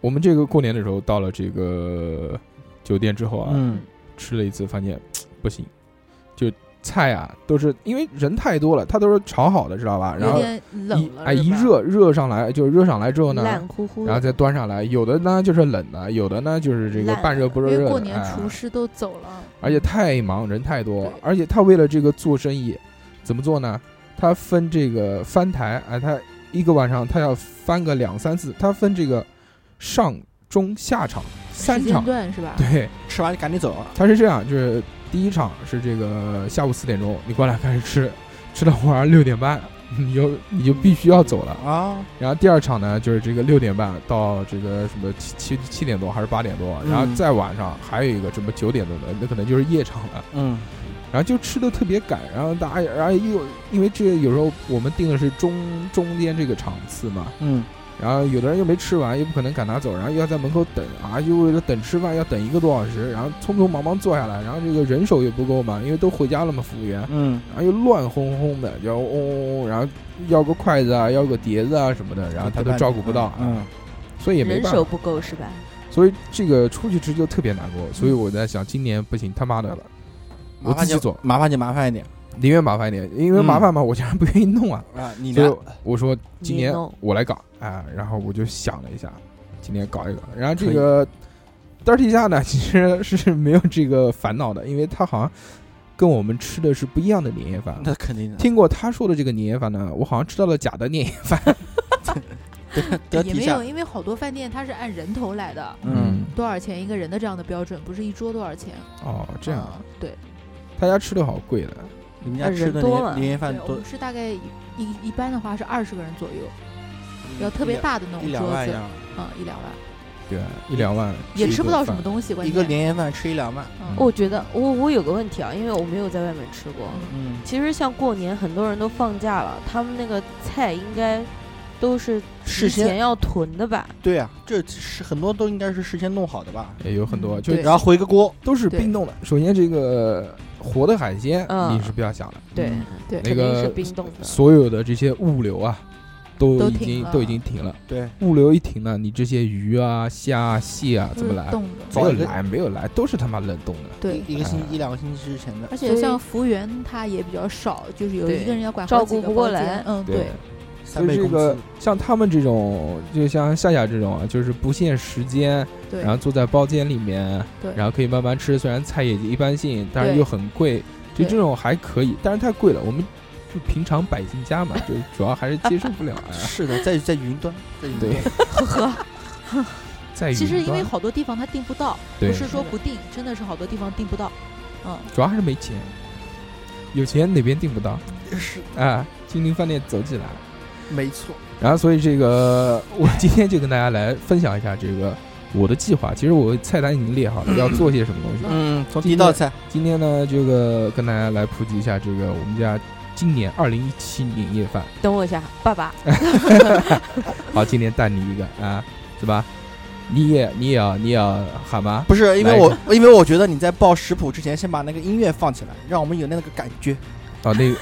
我们这个过年的时候到了这个酒店之后啊，
嗯，
吃了一次，发现不行，就菜啊都是因为人太多了，他都是炒好的，知道吧？然
有
后
点
一
冷了，
哎一
是吧，
热热上来，就热上来之后呢，
烂乎乎
然后
的，
再端上来，有的呢就是冷的，有的呢就是这个
烂
半热不
因
热
为
热
过
的，
年
哎
厨师都走了，
而且太忙，人太多
对，
而且他为了这个做生意，怎么做呢？他分这个翻台啊，他一个晚上他要翻个两三次，他分这个上中下场三
时间
场，
段是吧？
对，
吃完就赶紧走。啊
它是这样，就是第一场是这个下午四点钟，你过来开始吃，吃到晚上六点半，你就你就必须要走了。
啊，
然后第二场呢，就是这个六点半到这个什么七七七点多还是八点多，然后
嗯
再晚上还有一个什么九点多的，那可能就是夜场了。
嗯，
然后就吃的特别赶，然后大家，然后又因为这个有时候我们定的是中中间这个场次嘛，
嗯，
然后有的人又没吃完，又不可能赶他走，然后又要在门口等啊，又为了等吃饭要等一个多小时，然后匆匆忙忙坐下来，然后这个人手又不够嘛，因为都回家了嘛，服务员，
嗯，
然后又乱哄哄的，就嗡嗡嗡，然后要个筷子啊，要个碟子啊什么的，然后他都照顾不到，啊
嗯，
所以也没
人
办
手
法，
不够是吧？
所以这个出去吃就特别难过，所以我在想今年不行，他妈的了，我
麻
自
烦
己
就
做，
麻烦就麻烦一点
宁愿麻烦一点，因为麻烦嘛，我家人不愿意弄啊，
啊，你
所
呢
以？我说今年
你弄
我来搞啊，然后我就想了一下，今年搞一搞。然后这个 dirty 下呢，其实是没有这个烦恼的，因为他好像跟我们吃的是不一样的年夜饭。
那肯 定的，
听过他说的这个年夜饭呢，我好像吃到了假的年夜饭。
得
也
体
没
下
有，，因为好多饭店它是按人头来的，
嗯，
多少钱一个人的这样的标准，不是一桌多少钱。
哦，这样啊
嗯，对，
他家吃的好贵的，
你们家
人
吃的
多嘛
年年夜饭
啊对，我
都
们是大概一一一般的话是二十个人左右，要特别大的那
一
种
两
桌
万
子，
样，
嗯，一两万
对，一两万
也吃不到什么
西。
东西，关
一
键
个年夜饭吃一两万，
嗯
我觉得我我有个问题啊，因为我没有在外面吃过。
嗯，
其实像过年，很多人都放假了，他们那个菜应该都是
事
提前
先
要囤的吧？
嗯
对啊，这是很多都应该是事先弄好的吧？
也有很多，
嗯
就
对
然后回个锅，
都是
对
冰冻的。首先，这个活的海鲜
嗯
你是不要想的，
对，
嗯
对
那
肯定是
个
冰冻的。
所有的这些物流啊，都
都
已
停
经
了
都已经停了。
对，
物流一停呢，你这些鱼啊、虾啊、蟹啊
都
怎么
是
来？
嗯冻的，
没
早
有
一个
来，没有来，都是他妈冷冻的。
对。
一一个星期一两个星期之前的
而，
所
且
以
像服务员他也比较少，就是有一个人要管好
照
几
顾
个
不过
包间
来
嗯，对，
所
三
以
倍
这
工
个
资，
像他们这种，就像夏夏这种啊，就是不限时间，
对
然后坐在包间里面，
对
然后可以慢慢吃，虽然菜也一般性，但是
对
又很贵，就
对
这种还可以，但是太贵了，我们就平常百姓家嘛，就主要还是接受不了啊。
是的，在在云端，在云端
对，
呵呵。
在
其实
云
因为
端
好多地方他订不到，
对
不是说不订，真的是好多地方订不到。嗯，
主要还是没钱，有钱哪边订不到
是
啊？金陵饭店走起来。
没错，
然后，所以这个 我今天就跟大家来分享一下这个我的计划。其实我菜单已经列好了，要做些什么东西。
嗯，从第一道菜，
今天呢，这个跟大家来普及一下这个我们家今年二零一七年夜饭。
等我一下，爸爸，
好，今天带你一个啊，是吧？你也你也要你也要喊吗？
不是因
来
为
一
我因为我觉得你在报食谱之前，先把那个音乐放起来，让我们有那个感觉，
啊，那个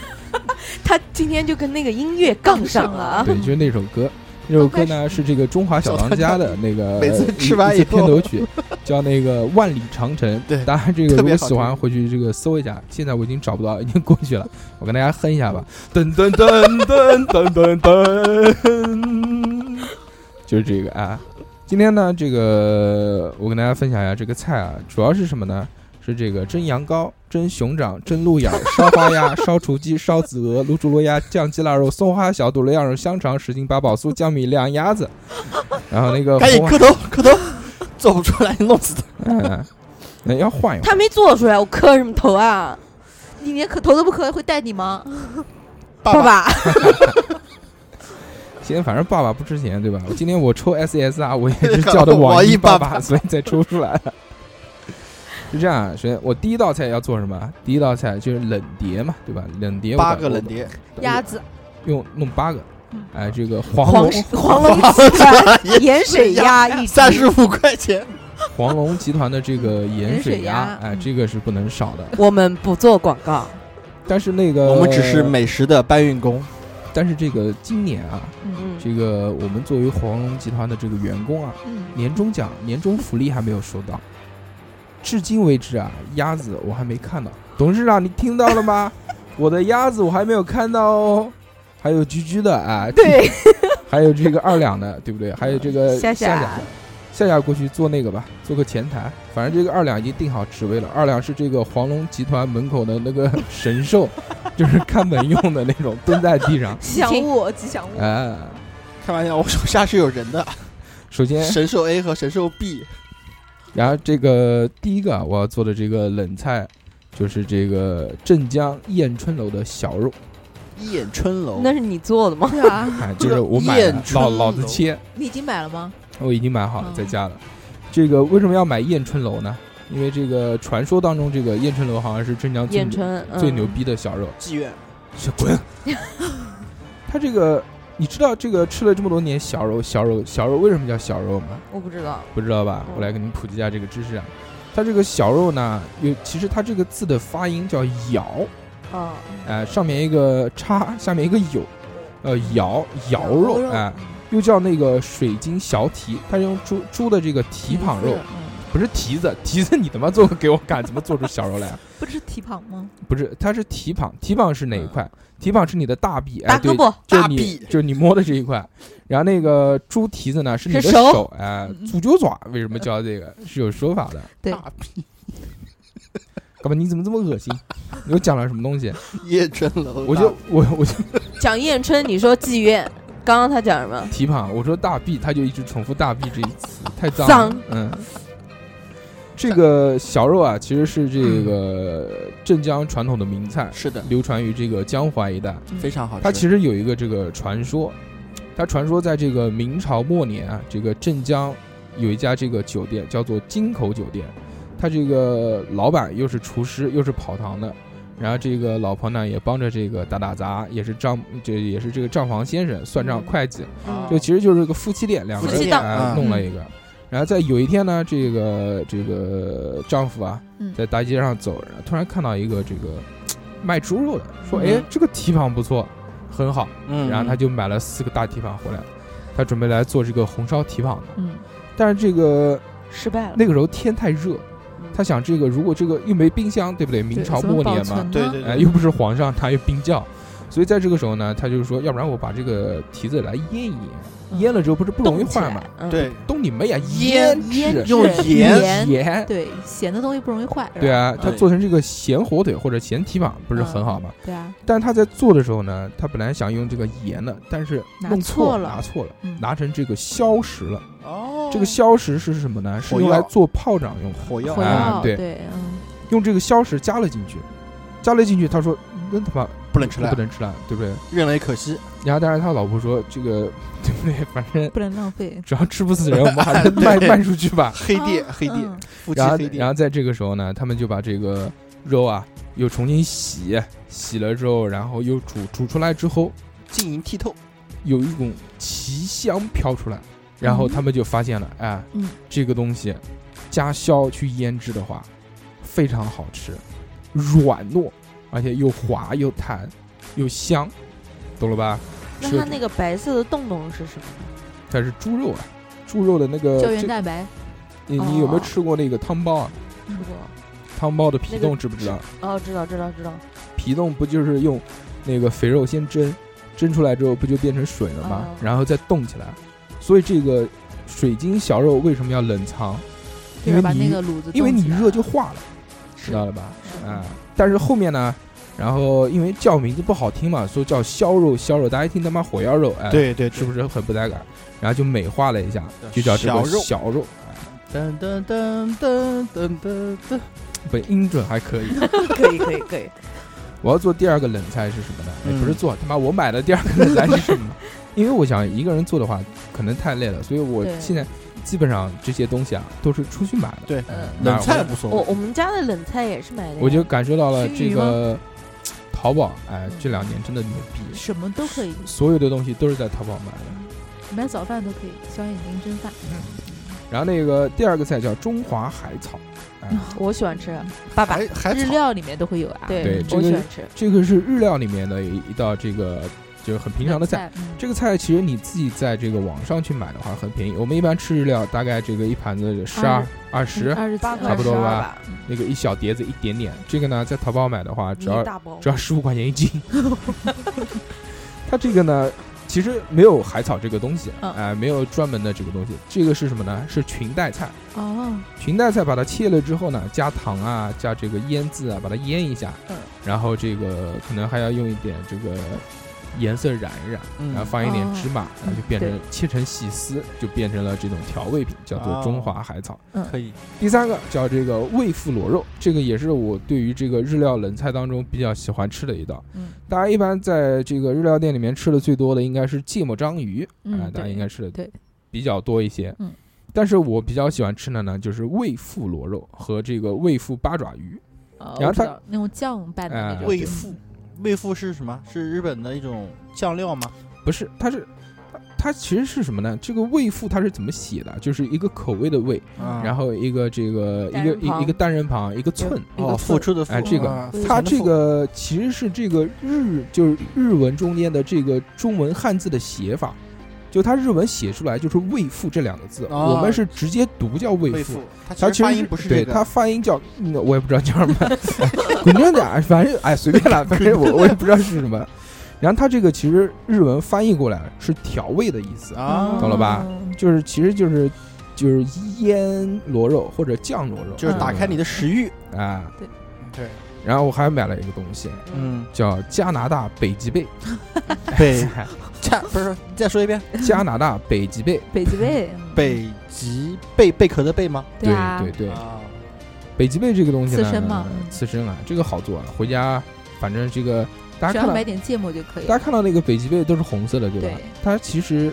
他今天就跟那个音乐杠上了啊！
对，就是那首歌。那首歌
哦
呢是这个中华小当家的那个
每次吃完
一
以
次片
后
头曲，叫那个《万里长城》。
对
大家这个
特
如
别
果
好
喜欢，
听
回去这个搜一下。现在我已经找不到，已经过去了。我跟大家哼一下吧，噔噔噔噔噔噔噔，就是这个啊。今天呢，这个我跟大家分享一下这个菜啊，主要是什么呢？是这个蒸羊羔、蒸熊掌、蒸鹿眼、烧花鸭、 烧雏鸡、烧子鹅、卤煮卤鸭、酱鸡腊肉、松花小肚、卤羊肉、香肠、什锦八宝酥、江米两鸭子，然后那个
赶紧
红
磕头磕头， 做不出来弄死他，
嗯，那要换一换。
他没做出来，我磕什么头啊？
你连磕头都不磕，会带你吗？
爸爸，
现在反正爸爸不值钱， 对吧？我今天我抽 SSR，我也啊是
搞
叫的
得网
易
易
爸
爸
爸，
爸
所以才抽出来的。是这样啊，首先我第一道菜要做什么？第一道菜就是冷碟嘛，对吧？冷碟我
八
把
个冷，碟，啊
我
鸭子，
用弄八个
嗯。
哎，这个黄
黄
龙
石 黄龙集团盐水鸭一只
三十五块钱，
黄龙集团的这个盐
嗯盐
水
水
鸭
鸭，
哎，
嗯
这个是不能少的。
我们不做广告，
但是那个
我们只是，美食的搬运工，
但是这个今年啊，
嗯
这个我们作为黄龙集团的这个员工啊，
嗯，
年终奖、年终福利还没有收到，至今为止啊，鸭子我还没看到。董事长，你听到了 吗？我的鸭子我还没有看到哦。还有居居的啊，
对，嗯
还有这个二两的，对不对？还有这个
夏
夏
夏
夏，夏夏过去做那个吧，做个前台。反正这个二两已经定好职位了，二两是这个黄龙集团门口的那个神 兽，就是看门用的那种，蹲在地上。
吉祥物，吉祥物，
哎，
开玩笑，我手下是有人的，
首先
神兽 A 和神兽 B，
然后这个第一个啊我要做的这个冷菜，就是这个镇江燕春楼的小肉，
燕春楼
那是你做的吗？
对啊，
哎，就是我买
燕
的
春
老
楼
老子切，
你已经买了吗？
我已经买好了
嗯，
在家了。这个为什么要买燕春楼呢？因为这个传说当中，这个燕春楼好像是镇江最
燕
牛
春
最
嗯
牛逼的小肉，
妓院，
小滚！他这个你知道这个吃了这么多年小肉，小肉，小肉为什么叫小肉吗？
我不知道，
不知道吧？我来给你们普及一下这个知识啊。它这个小肉呢，有其实它这个字的发音叫“咬
啊，”，
呃，上面一个叉，下面一个有，呃，咬咬肉啊、哎又叫那个水晶小蹄，它是用猪猪的这个蹄膀肉，
嗯
不是蹄子， 蹄子你他妈做个给我看，怎么做出小肉来、啊？
不是蹄膀吗？
不是，它是蹄膀，蹄膀是哪一块？蹄膀是你的大臂，哎，
大胳
对，
膊，
就是
大
你
臂
就是你摸的这一块。然后那个猪蹄子呢，是你的
是手
手，哎
嗯，
猪九爪为什么叫这个是有说法的？
对
大臂。干嘛？你怎么这么恶心？你又讲了什么东西？
燕春楼，
我就我我就
讲燕春，你说妓院，刚刚他讲什么？
蹄膀，我说大臂，他就一直重复大臂这一词，太脏了。
脏
嗯，这个小肉啊，其实是这个镇江传统的名菜，
是的，
流传于这个江淮一带。
非常好吃。
它其实有一个这个传说，它传说在这个明朝末年啊，这个镇江有一家这个酒店叫做金口酒店，它这个老板又是厨师又是跑堂的，然后这个老婆呢也帮着这个打打杂，也是账这也是这个账房先生算账
嗯
会计，
啊
就其实就是个夫妻店，两个
夫
人
妻
档
啊
嗯
弄了一个。然后在有一天呢，这个这个丈夫啊，
嗯
在大街上走，然后突然看到一个这个卖猪肉的，说：“
嗯
哎，这个蹄膀不错，很好。”
嗯，
然后他就买了四个大蹄膀回来，他准备来做这个红烧蹄膀的。
嗯，
但是这个
失败了。嗯
那个时候天太热，他想这个如果这个又没冰箱，对不对？明
对
朝
怎么
末
保
年嘛
存，
对
呢
对
哎，
对，
又不是皇上，哪有冰窖？所以在这个时候呢，他就是说，要不然我把这个蹄子来腌一腌，腌了之后不是不容易
动起
坏嘛
来？，嗯，
对
动你妹啊！
腌
制
用盐
嗯盐
盐，
对，哎咸的东西不容易坏。嗯是
对
吧，
啊，他
对
做成这个咸火腿或者咸蹄膀，不是很好吗？
对啊，
但是他在做的时候呢，他本来想用这个盐的，但是
拿
弄
错了
拿错了，
嗯
拿成这个硝石了。
哦
这个硝石是什么呢？是用来做炮仗用的，
火药
火
啊
药
对
对，嗯，
用这个硝石加了进去，加了进去。他说：“那他妈
不能吃
不
辣，
能吃了，对不对
认为可惜。？”
然后，但是他老婆说：“这个 对不对？反正
不能浪费。
只要吃不死人，我们还是卖
对
卖出去吧。
黑店
啊
黑店，
嗯
夫”妻
然后
黑，
然
店
后，在这个时候呢，他们就把这个肉啊又重新洗，洗了之后，然后又煮，煮出来之后，
晶莹剔透。
有一股奇香飘出来，然
嗯
后他们就发现了，哎，
嗯
这个东西加硝去腌制的话，非常好吃，软糯，而且又滑又弹又香，懂了吧？
那
吃
它那个白色的洞洞是什么？
它是猪肉啊，猪肉的那个
胶原
呃这
蛋白
你你有没有
哦
吃过那个汤包啊？
吃过，
汤包的
那
皮
个
冻知不知道？
哦，知道，知道，知道。
皮冻不就是用那个肥肉先蒸，蒸出来之后不就变成水了吗
哦？
然后再冻起来。所以这个水晶小肉为什么要冷藏？因
就是
为
啊把那
你
个卤子冻起来，嗯
因为你热就化了，知
是
道了吧？
是
啊，但是后面呢，然后因为叫名字不好听嘛，说叫削肉削肉，大家一听他妈火药肉，哎，，
对对，
是不是很不带感？然后就美化了一下，就
对
叫这个
小肉
小肉，哎
噔噔噔噔噔噔噔，
本音准还可以。
可以，可以，可以。
我要做第二个冷菜是什么呢？也
嗯
不是做，他妈我买的第二个冷菜是什 么？因为我想一个人做的话，可能太累了，所以我
对
现在基本上这些东西啊都是出去买的。
对
嗯
冷菜
买
无所
哦
我
谓。
我们家的冷菜也是买的呀，
我就感受到了
熏
这
鱼
个淘宝，哎
嗯，
这两年真的牛逼，
什么都可以，
所有的东西都是在淘宝买
嗯
的。
买早饭都可以，小眼睛蒸饭。
然后那个第二个菜叫中华海草，哎
啊我喜欢吃粑粑，
还还
日料里面都会有啊。
对
对这
我
个
喜欢吃。
这个是日料里面的一一道这个就是很平常的菜。，
嗯
这个菜其实你自己在这个网上去买的话很便宜，我们一般吃日料大概这个一盘子十二二十，
二十
八块
差不多
12
吧，那个一小碟子一点点。这个呢，在淘宝买的话，只要
大包
只要十五块钱一斤。它这个呢，其实没有海草这个东西，
嗯
哎、没有专门的这个东西。这个是什么呢？是裙带菜。
哦，
裙带菜把它切了之后呢，加糖啊，加这个腌制啊，把它腌一下。
嗯。
然后这个可能还要用一点这个颜色染一染，
嗯
然后放一点
哦
芝麻，然后就变成切成细丝，就变成了这种调味品，叫做中华海草。
可以，
第三个叫这个味付螺肉，这个也是我对于这个日料冷菜当中比较喜欢吃的一道。
嗯
大家一般在这个日料店里面吃的最多的应该是芥末章鱼，
嗯
啊、大家
对
应该吃的
对
比较多一些。
嗯，
但是我比较喜欢吃的呢，就是味付螺肉和这个味付八爪鱼。
呃
然后
我知
它
道那种酱拌的那
哎
种
味付，味付是什么？是日本的一种酱料吗？
不是，它是它它其实是什么呢？这个味付它是怎么写的？就是一个口味的味，
啊
嗯然后一个这个一
单
个
人
一个
旁
一个单人旁，一个寸。
一个
哦，付
寸
出的付
哎，这个
啊
它这个其实是这个日就是日文中间的这个中文汉字的写法，就它日文写出来就是“味付”这两个字，
哦
我们是直接读叫“味
味
付
付，
它
它
其实
其实发音不是
对
这个，
它发音叫，嗯我也不知道叫什么， 滚蛋的，哎反正哎随便了，反正我我也不知道是什么。然后它这个其实日文翻译过来是调味的意思，
嗯
啊，
懂了吧？就是其实就是就是腌螺肉或者酱螺肉，
就是打开
嗯
你的食欲。
啊。
对，
然后我还买了一个东西，
嗯，
叫加拿大北极 贝，
北恰不是，你再说一遍，
加拿大北极贝，
北极贝，
北极贝贝壳的贝吗？
对
啊，
对对，
啊，
北极贝这个东西呢，
刺身嘛嗯
刺身啊，这个好做啊，回家反正这个大
只
家看
要
到
买点芥末就可以
大家
了。
看到那个北极贝都是红色的，对吧？
对
它其实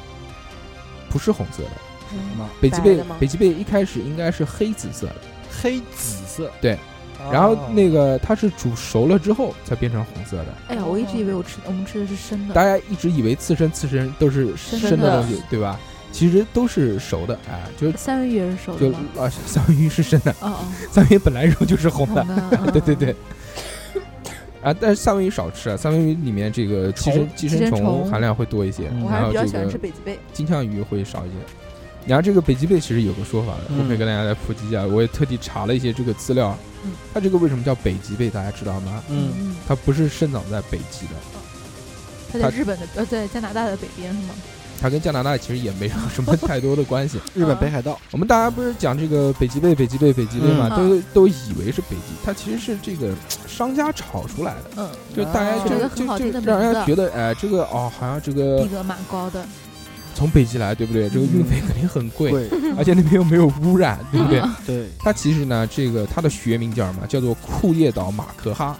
不是红色的，
嗯
北极
白
贝
的吗
北极贝一开始应该是黑紫色的，
黑紫色。
对，
哦
然后那个它是煮熟了之后才变成红色的。
哎呀，我一直以为我吃我们吃的是生
大
的，
家一直以为刺身刺身都是生
生
的
的
东西，对吧？其实都是熟的，哎，就是
三文鱼也是熟的
就
吗？
啊，三文鱼是生的，
哦哦，嗯
三文鱼本来肉就是红 的，
的
对对对。啊，但是三文鱼少吃啊，三文鱼里面这个寄生寄生
寄生
虫
虫
含量会多一些，
嗯
我
然
还是
后
比较
这
喜欢吃
个
北极贝。
金枪鱼会少一些。然后这个北极贝其实有个说法的，
嗯
我可以跟大家来普及一下。我也特地查了一些这个资料，啊
嗯
它这个为什么叫北极贝，大家知道吗？
嗯，
嗯，
它不是生长在北极的，
它
它
在日本的呃，在加拿大的北边是吗？
它跟加拿大其实也没有什么太多的关系。
日本北海道
我们大家不是讲这个北极贝、北极贝、北极贝嘛，
嗯
都都以为是北极，它其实是这个商家炒出来的。
嗯，
就大家
啊
取了
就
个很好
就
听
就
的
让人
名
家
字
觉得，哎，这个哦，好像这个
逼格蛮高的。
从北极来，对不对？这个运
嗯
费肯定很贵，
对
而且那边又没有污染，对不对？
对，
它其实呢，这个它的学名叫什么？叫做库页岛马克哈。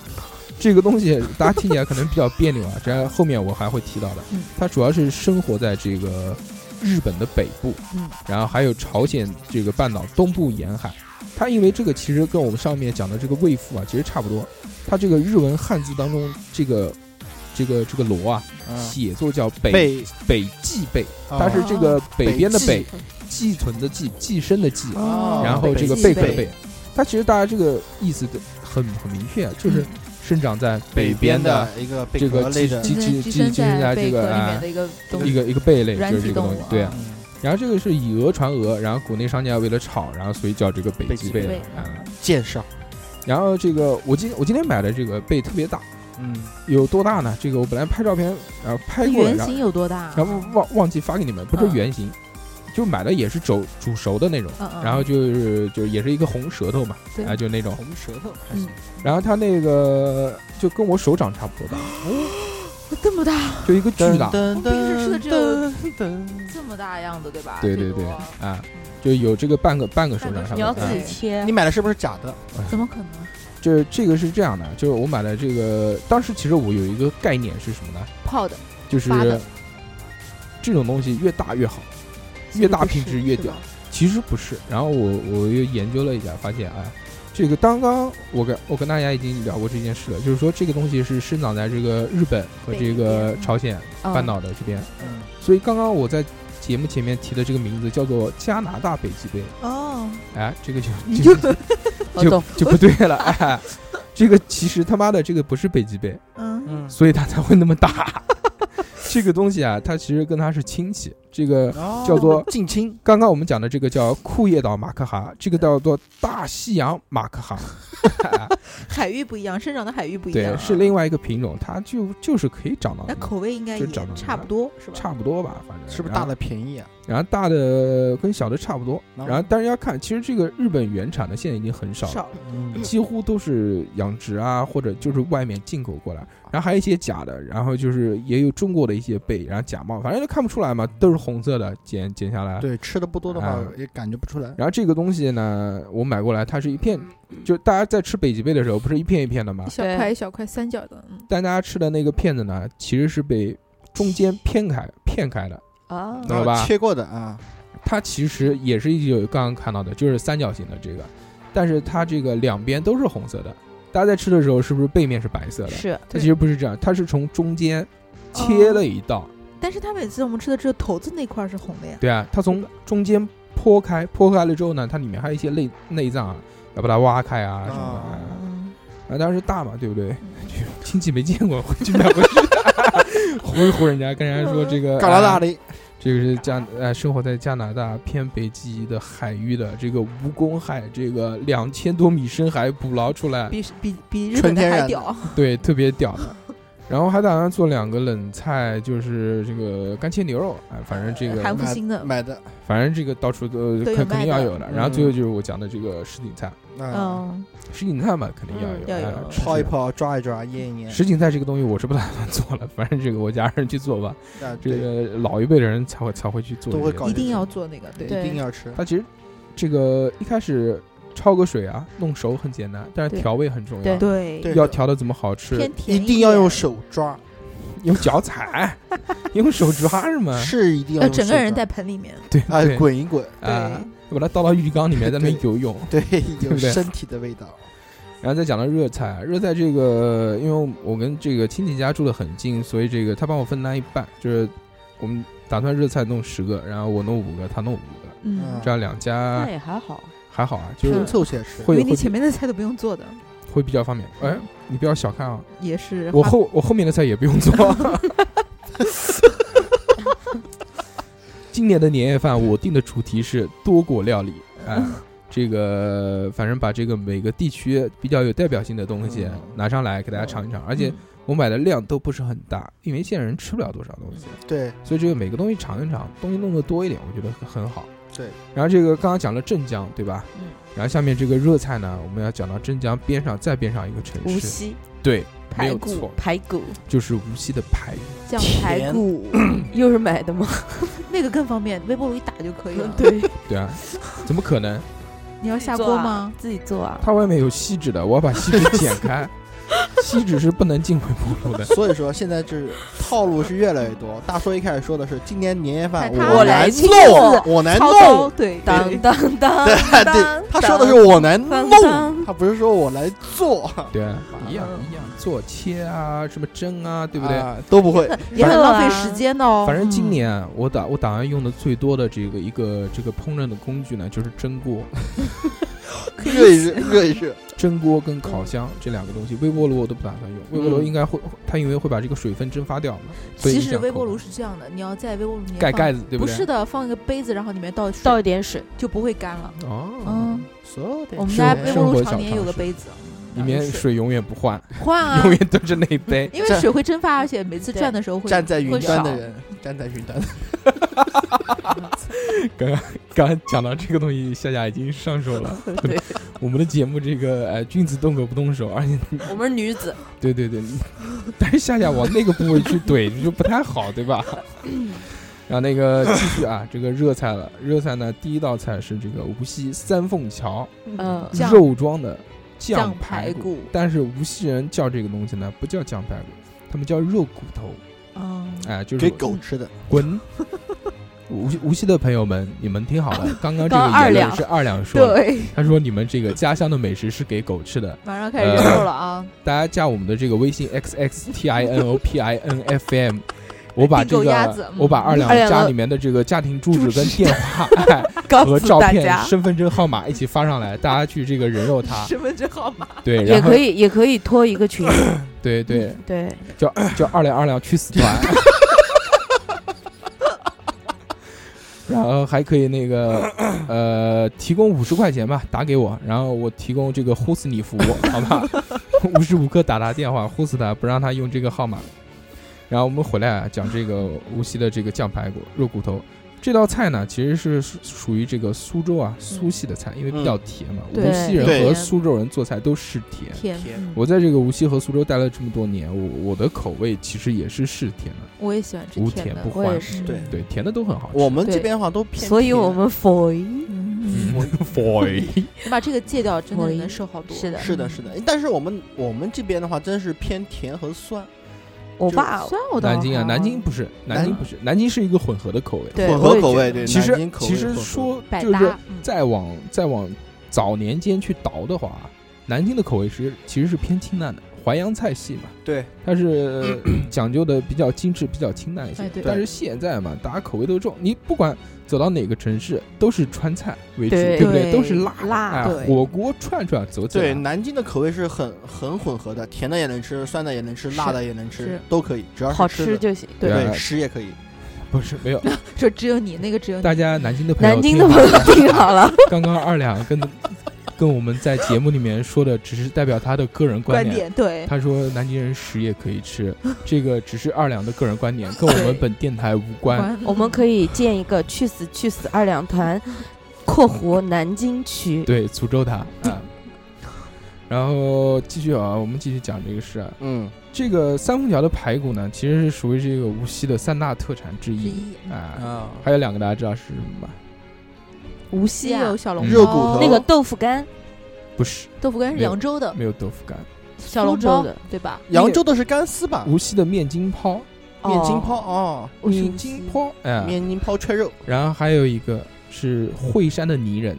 这个东西大家听起来可能比较别扭啊，这后面我还会提到的
嗯。
它主要是生活在这个日本的北部，
嗯，
然后还有朝鲜这个半岛东部沿海。它因为这个其实跟我们上面讲的这个卫夫啊，其实差不多。它这个日文汉字当中，这个这个这个罗啊，
嗯
写作叫北
贝，
北寄贝，
啊
它是这
哦
个北边的北
北，
寄存的寄，寄生的寄，
哦
然后这个贝
北
壳
极
的贝，它其实大家这个意思都很很明确，就是
嗯
生长在
北
边
边的一个贝
这个
壳
寄
类的
寄
就是
寄
寄
寄
生
寄生在
在
这
贝
个
壳里
哎
面的一个东
一
西。
个一个贝类，
软
就是这
体
个东
动
西
物，
对啊
啊。
嗯
然后这个是以讹传讹，然后国内商家为了炒，然后所以叫这个北
北
极
极
贝
贝
啊。
介绍，
然后这个我今我今天买的这个贝特别大，
嗯，
有多大呢？这个我本来拍照片，然后拍过了，
原
然后
型有多大？啊
然后忘忘记发给你们，不是
嗯
原型，就买的也是煮煮熟的那种，
嗯嗯，
然后就是就也是一个红舌头嘛，
对
啊，就那种。
红舌头，
嗯
然后它那个就跟我手掌差不多大，
这么大，啊
就一个巨大，
噔
我平时吃的只有
噔
这么大样子对吧？
对对对，啊，就有这个半个半个手掌差
你
不
要
多嗯
自
大。
己切
你，买的是不是假的？
怎么可能？
就是这个是这样的，就是我买的这个，当时其实我有一个概念是什么呢？
泡的
就是
发的
这种东西越大越好，越大品质越
是
屌
吧。
其实不是，然后我我又研究了一下，发现啊，这个刚刚我跟我跟大家已经聊过这件事了，就是说这个东西是生长在这个日本和这个朝鲜
嗯
半岛的这边，
嗯，
所以刚刚我在节目前面提的这个名字叫做加拿大北极贝，
哦，
哎，这 个就
你
就
就
哦
我
就
懂，
就不对了，哎，这个其实他妈的这个不是北极贝，
嗯
嗯，
所以它才会那么大。 这个东西啊，它其实跟它是亲戚，这个
哦
叫做
近亲，
刚刚我们讲的这个叫库页岛马克哈，这个叫做大西洋马克哈，
海域不一样，生长的海域不一样
对，
啊，
是另外一个品种，它就就是可以长到
那口味应该
就
也
长得
差不多是吧？
差不多吧，反正
是不是大的？便宜啊？
然后然后大的跟小的差不多，
哦
然后但是要看，其实这个日本原啊产的现在已经很少了，
少
嗯
几乎都是养殖啊，或者就是外面进口过来。然后还有一些假的，然后就是也有中国的一些贝，然后假冒，反正就看不出来嘛，都是红色的，剪剪下来。
对，吃的不多的话
啊
也感觉不出来。
然后这个东西呢，我买过来，它是一片，就是大家在吃北极贝的时候，不是一片一片的吗
一？小
对
块一小块三角的，嗯，
但大家吃的那个片子呢，其实是被中间偏开、片开的。
啊，
懂了吧
切过的啊，
它其实也是有刚刚看到的，就是三角形的这个，但是它这个两边都是红色的。大家在吃的时候，是不是背面是白色的？
是
它其实不是这样，它是从中间切了一道。
但是他每次我们吃的只有头子那块儿是红的呀，
对啊，它从中间剖开，剖开了之后呢，它里面还有一些内内脏啊，要把它挖开啊什么的。啊
嗯，
啊，当然是大嘛，对不对？亲戚没见过， 回去买回去，唬一唬人家，跟人家说这 个啊
嘎啦大
的，
的，
这个是加呃生活在加拿大偏北极的海域的这个蜈蚣海，这个两千多米深海捕捞出 来，
比比比日
纯
本
天
的
然
还
的
屌，
对，特别屌的。然后还打算做两个冷菜，就是这个干切牛肉，哎，反正这个
韩服新的，
买的，
反正这个到处都呃
都有
肯肯
卖
定要
的
有的。然后最
嗯
后就是我讲的这个什锦菜，
嗯，
嗯，
什锦菜嘛，肯定要
嗯
有，
要
哎
有
吃
泡一
吃
泡，抓一抓，腌一腌。
什锦菜这个东西我是不打算做了，反正这个我家人去做吧，
啊，
这
对，
个老一辈的人才会才会去做这
都
些
会
东西。
搞
一定要做那个，对，
一定要吃。
它其实这个一开始焯个水啊，弄熟很简单，但是
对
调味很重要，
对
对
要调的怎么好吃
偏，甜
一定要用，手抓，
用脚 踩， 用手抓是吗？
是一定要
要
用手
呃整
抓。
个人在盆里面，
对
啊
嗯对
滚一滚，
啊，把它倒到浴缸里面，在 那边游泳。
对，
不
有
对
身体的味道。
然后再讲到热菜，热菜这个，因为我跟这个亲戚家住的很近，所以这个他帮我分担一半，就是我们打算热菜弄十个，然后我弄五个，他弄五个，
嗯，
这样两家
那也还好，
还好啊，就是
拼凑些吃，
因
会
为
会
你前面的菜都不用做的，
比会比较方便。哎，你不要小看啊，
也是
我
花
后我后面的菜也不用做。今年的年夜饭我定的主题是多果料理， 哎，这个反正把这个每个地区比较有代表性的东西
嗯
拿上来给大家尝一尝，而
嗯
且我买的量都不是很大，因为现在人吃不了多少东西，
嗯
对，
所以这个每个东西尝一尝，东西弄得多一点，我觉得很好。
对，
然后这个刚刚讲了镇江，对吧？
嗯。
然后下面这个热菜呢，我们要讲到镇江边上再边上一个城
无
市，
锡
对，没
排
有
骨
错，
排骨
就是无锡的排骨。
酱排
甜
骨，又是买的吗？
那个更方便，微波炉一打就可以了。，
对，
对啊，怎么可能？
你要下锅吗？
自己做啊，
它外面有锡纸的，我要把锡纸剪 开。锡纸是不能进微波 炉的。
所以说现在就是套路是越来越多。大叔一开始说的是今年年夜饭
哎他
我来
来亲
弄，
自
我来
操
弄
刀，，哦对，
当
对
当当
对
当
对
当，，
他说的是我来弄，
当当
他不是说我来做，
对啊，一样一样，做切啊，什么蒸啊，对不对？
啊？都不会，
也很浪
啊
费时间的哦。
反正今年啊我打我打算用的最多的这个一个这个烹饪的工具呢，就是蒸 锅、
热一热，热一热，
蒸锅跟烤箱这两个东西。微波炉我都不打算用，微波炉
嗯
应该会它因为会把这个水分蒸发掉嘛，所以
其
影
实
响
微
口
波炉
感
是这样的，你要在微波炉里面
嗯盖
放
盖子，对
不
对？
是的，放一个杯子，然后里面倒水，
倒一点水，
就不会干了。
哦
嗯，，
所有的
我们
生
家
活
微
生
波
活
炉
小
常年
常
有个
识
杯子，啊
里面水永远不换，
换啊
永，远都是那一杯。
因为
站
水会蒸发，而且每次
对
转的时候会
站在云
会
端
少
的人，站在云端的人，
刚刚讲到这个东西，夏夏已经上手 了。
对，
我们的节目这个呃，君子动口不动手，而且
我们是女子，
对对对，但是夏夏往那个部位去怼就不太好，对 吧？然后那个继续啊，这个热菜了，热菜呢，第一道菜是这个无锡三凤桥
嗯，
酱
肉庄的酱
酱排
骨，
骨，
但是无锡人叫这个东西呢，不叫酱排骨，他们叫肉骨头，
嗯，
哎、就是
给狗吃的，
滚。无无锡的朋友们，你们听好了，刚刚这
刚
个
二
言论
两
是二两说的，
对，
他说你们这个家乡的美食是给狗吃的，
马上开始人肉了啊，
大家加我们的这个微信 x x t i n o p i n f m，我把这
订购鸭子
个
嗯
我把二两
二两
家
的哦
里面的这个家庭住址跟电 话哎
告
和
诉
照
大
片、
家，
身份证号码一起发上来，大家去这个人肉他，
身份证号码，
对，
也
然后
可以也可以拖一个群，
对对，
对，
叫叫二两二两去死团。然后还可以那个，呃，提供五十块钱吧，打给我，然后我提供这个呼死你服务，好吧？ 无时无刻打他电话，呼死他，不让他用这个号码。然后我们回来啊，讲这个无锡的这个酱排骨、肉骨头。这道菜呢，其实是属属于这个苏州啊苏系的菜，因为比较甜嘛。
对
无锡人
对
和苏州人做菜都是甜。
甜，
甜
嗯
我在这个无锡和苏州待了这么多年，我我的口味其实也是是甜的，
我也喜欢吃
无
甜
甜
的
不。
我
欢
也。是，
对
对，甜的都很好吃。
我们
对
这边的话都偏，
所以我们佛一
嗯，
嗯
boy，
你把这个戒掉，真的
我一
能瘦好多。
是的
是的，是的。但是我们我们这边的话，真是偏甜和酸，
我
就
爸
酸我倒
南京啊，
还好
南京不是，南京不是，南京是一个混合的口味。
对
混
我
合
也
口
觉
味。
得
对，
其
南
实
京口味
其实
混合
说
百
就是
搭，嗯
再往再往早年间去倒的话，南京的口味是其实是偏清淡的，淮扬菜系嘛，
对，
它 是讲究的比较精致、比较清淡一些
哎。对
但是现在嘛，大家口味都重，你不管走到哪个城市，都是川菜为主，
对
对不对？
对
都是辣
辣
哎
对
火锅串串走起
对
来。
南京的口味是很很混合的，甜的也能吃，酸的也能吃，辣的也能吃
是，
都可以，只要是
好
的
吃就行。
对
对
啊
吃也可以。
不是没有，
说只有你那个只有你
大家南京的朋友，
南京的朋友听好了，
刚刚二两跟 跟我们在节目里面说的，只是代表他的个人观
观
点。
点，对，
他说南京人屎也可以吃，这个只是二两的个人观点，跟我们本电台无关。
我们可以建一个“去死去死二两 团”（括弧南京区
对，诅咒他啊！然后继续啊，我们继续讲这个事啊。
嗯，
这个三凤桥的排骨呢，其实是属于这个无锡的三大特产之
之
一
一。
啊。
啊，
还有两个大家知道是什么吗？”，
无
鸡
锡啊
肉，小笼
嗯
包，
肉骨头
那个豆腐干，
不是，
豆腐干是
没有
扬州的，
没有豆腐干。
小笼
苏州
包
的
对吧？
扬州的是干丝吧？
无锡的面筋泡，
面筋
哦
泡哦，
我是无
面筋泡，哎，
面筋泡缺肉，
然后还有一个是惠山的泥人，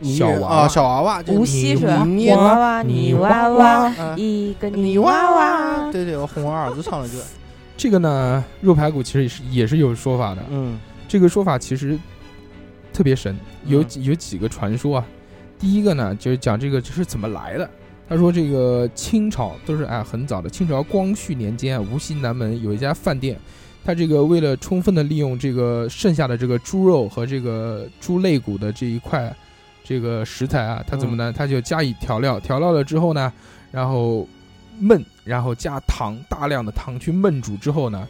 泥
小
人
娃
啊，
娃
小娃娃，就
无锡
泥
是吧
泥
泥
娃
娃娃，
泥
泥
娃
娃
娃
娃，，
啊
一个
泥
泥
娃
娃
娃，
娃。
对对，我哄我儿子唱了歌，
这个呢，肉排骨其实也是也是有说法的。
嗯，
这个说法其实特别神，有
嗯
几有几个传说啊。第一个呢，就是讲这个是怎么来的。他说这个清朝都是哎很早的，清朝光绪年间啊，无锡南门有一家饭店，他这个为了充分的利用这个剩下的这个猪肉和这个猪肋骨的这一块这个食材啊，他怎么呢？他就加以调料，调料了之后呢，然后焖，然后加糖，大量的糖去焖煮之后呢，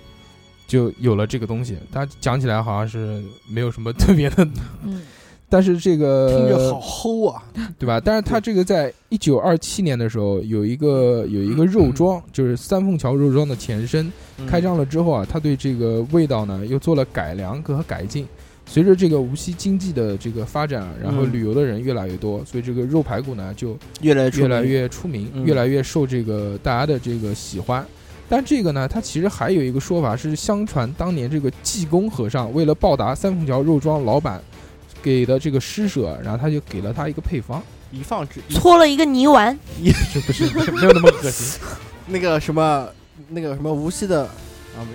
就有了这个东西。它讲起来好像是没有什么特别的，
嗯，
但是这个
听着好齁啊，
对吧？但是它这个在一九二七年的时候，有一个有一个肉庄，就是三凤桥肉庄的前身，
嗯
开张了之后啊，他对这个味道呢又做了改良和改进。随着这个无锡经济的这个发展啊，然后
嗯
旅游的人越来越多，所以这个肉排骨呢就
越来出
越来
名
越出名，
嗯
越来越受这个大家的这个喜欢。但这个呢，它其实还有一个说法是，相传当年这个济公和尚为了报答三凤桥肉庄老板给的这个施舍，然后他就给了他一个配方，
一放之一
搓了一个泥丸，
这不是 没有那么恶心，
那个什么那个什么无锡的啊没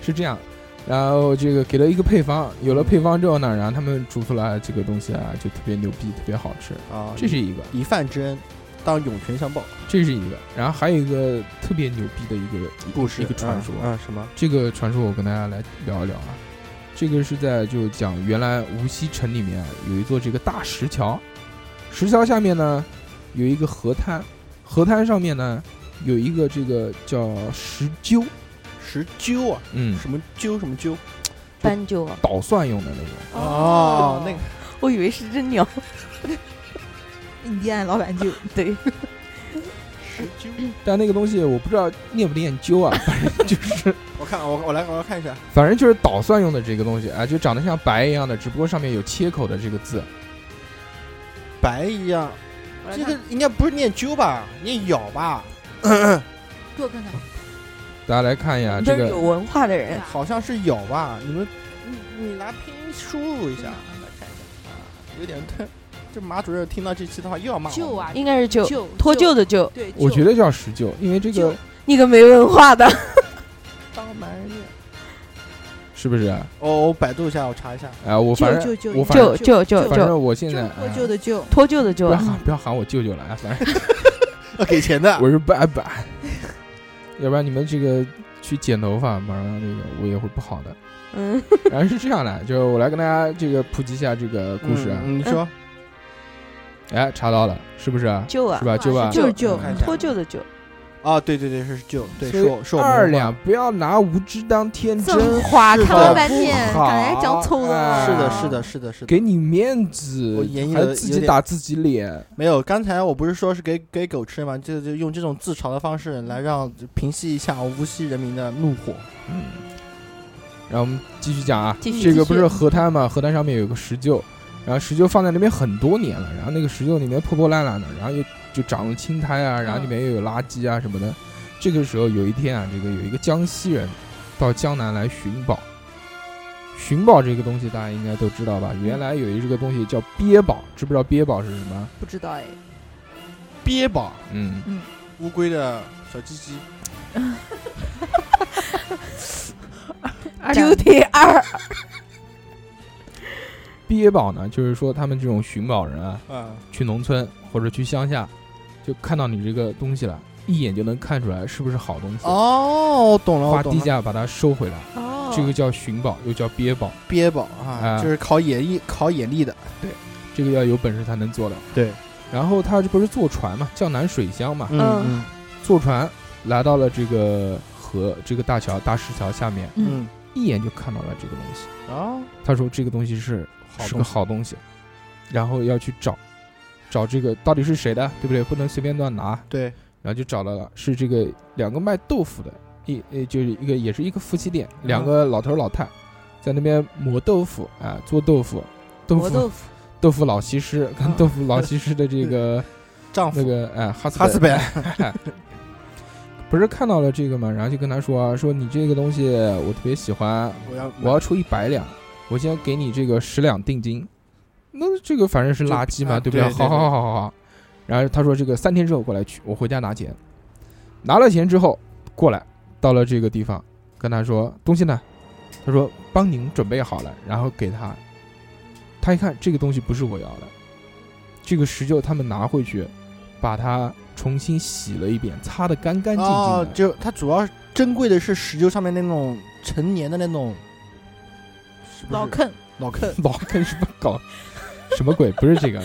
是这样。然后这个给了一个配方，有了配方之后呢，然后他们煮出来这个东西啊，就特别牛逼，特别好吃。
啊，
这是一个，
一饭之恩，当涌泉相报
这是一个。然后还有一个特别牛逼的一个一个
故事
一个传说，
嗯，嗯什么
这个传说我跟大家来聊一聊啊。这个是在就讲原来无锡城里面啊有一座这个大石桥，石桥下面呢有一个河滩，河滩上面呢有一个这个叫石臼，
石臼啊，
嗯，
什么臼什么臼
斑鸠啊，
捣蒜用的那种。
哦，那个
我以为是只鸟。
印第安老板就
对，
石臼，
但那个东西我不知道念不念臼啊，反正就是
我看我我来我来看一下，
反正就是捣蒜用的这个东西啊，就长得像白一样的，只不过上面有切口的这个字。
白一样，这个应该不是念揪吧，念咬吧，
给我看看，
大家来看一下
真
啊这
是
个
有文化的人
对。啊
哎好像是咬吧。你们，你你拿拼音输入一下，来看一下啊，有点 疼。这马主任听到这期的话又要骂我
旧啊，
应该是就
旧
脱臼，的臼，
对，
我
旧
觉得叫石臼，因为这个
臼
你个没文化的，
当男人面。
是不是啊？
哦，我百度一下，我查一下。
哎，我反
舅
正
舅舅
我反正
就就就
反
就
正我现
旧
在
脱
哎
臼的旧，
脱臼的
不
臼
要。
啊
喊不要喊我舅舅了啊， 反正
要 给钱的，
我是爸爸，要不然你们这个去剪头发，马上这个我也会不好的。
嗯，
然后是这样的，就我来跟大家这个普及一下这个故事啊。
嗯你说
嗯
哎，查到了，是不是啊？
臼啊
是，吧？
啊
吧？
是就是
旧
嗯
看一下
脱臼的臼。
啊，对对对，是舅，对，
所
是我
以
是我
二
们
两不要拿无知当天真，
这话
是
看
的
了半天，
不
刚才讲错
好
了。
是的，是的，，是的，是的，
啊给你面子
我眼，影
还
有
自
有
己
点
打自己脸，
没有。刚才我不是说是给给狗吃嘛，就就用这种自嘲的方式来让平息一下无锡人民的怒火。
嗯。然后我们继续讲啊，
继续
这个
继
不
续
是河滩嘛？河滩上面有个石臼，然后石臼放在那边很多年了，然后那个石臼里面破破烂烂的，然后又就长了青苔啊，
嗯
然后里面又有垃圾啊什么的。这个时候有一天啊，这个有一个江西人到江南来寻宝。寻宝这个东西大家应该都知道吧？
嗯
原来有一个东西叫鳖宝，知不知道鳖宝是什么？
不知道哎，
鳖宝，
嗯，
乌龟的小鸡鸡，
二
九
两
点二，
鳖宝呢，就是说他们这种寻宝人啊，
嗯，
去农村或者去乡下，就看到你这个东西了，一眼就能看出来是不是好东西，
哦，懂了，
花
我懂
低
了，
价把它收回来。
哦，
这个叫寻宝，又叫鳖宝，
鳖宝
啊
啊，就是考眼力考眼力的，
这个要有本事才能做的。
对，
然后他这不是坐船嘛，江南水乡嘛，
嗯
坐船来到了这个河这个大桥大石桥下面，
嗯
一眼就看到了这个东西。
嗯，啊，
他说这个东西是
好
是个好东西，然后要去找找这个到底是谁的，对不对？不能随便乱拿，
对，
然后就找到了，是这个两个卖豆腐的，一呃就是一个也是一个夫妻店，
嗯
两个老头老太在那边磨豆腐啊、做豆腐，
嗯
豆
磨
腐
豆腐，
豆腐老西施跟
嗯
豆腐老西施的这 个
丈
那
夫
个哎、哈斯
哈斯
贝
本，
不是看到了这个嘛，然后就跟他说啊，说你这个东西我特别喜欢，
我要
我要出一百两，我先给你这个十两定金。那这个反正是
就
垃圾嘛，
啊
对不对？
对对
好好好好好好。然后他说这个三天之后过来取，我回家拿钱。拿了钱之后过来，到了这个地方，跟他说东西呢，他说帮您准备好了，然后给他。他一看这个东西不是我要的，这个石臼他们拿回去，把它重新洗了一遍，擦得干干净
哦，
净的。
就它主要是珍贵的是石臼上面那种陈年的那种，是不是
老坑，
老坑，
老跟什么搞什么鬼？不是这个，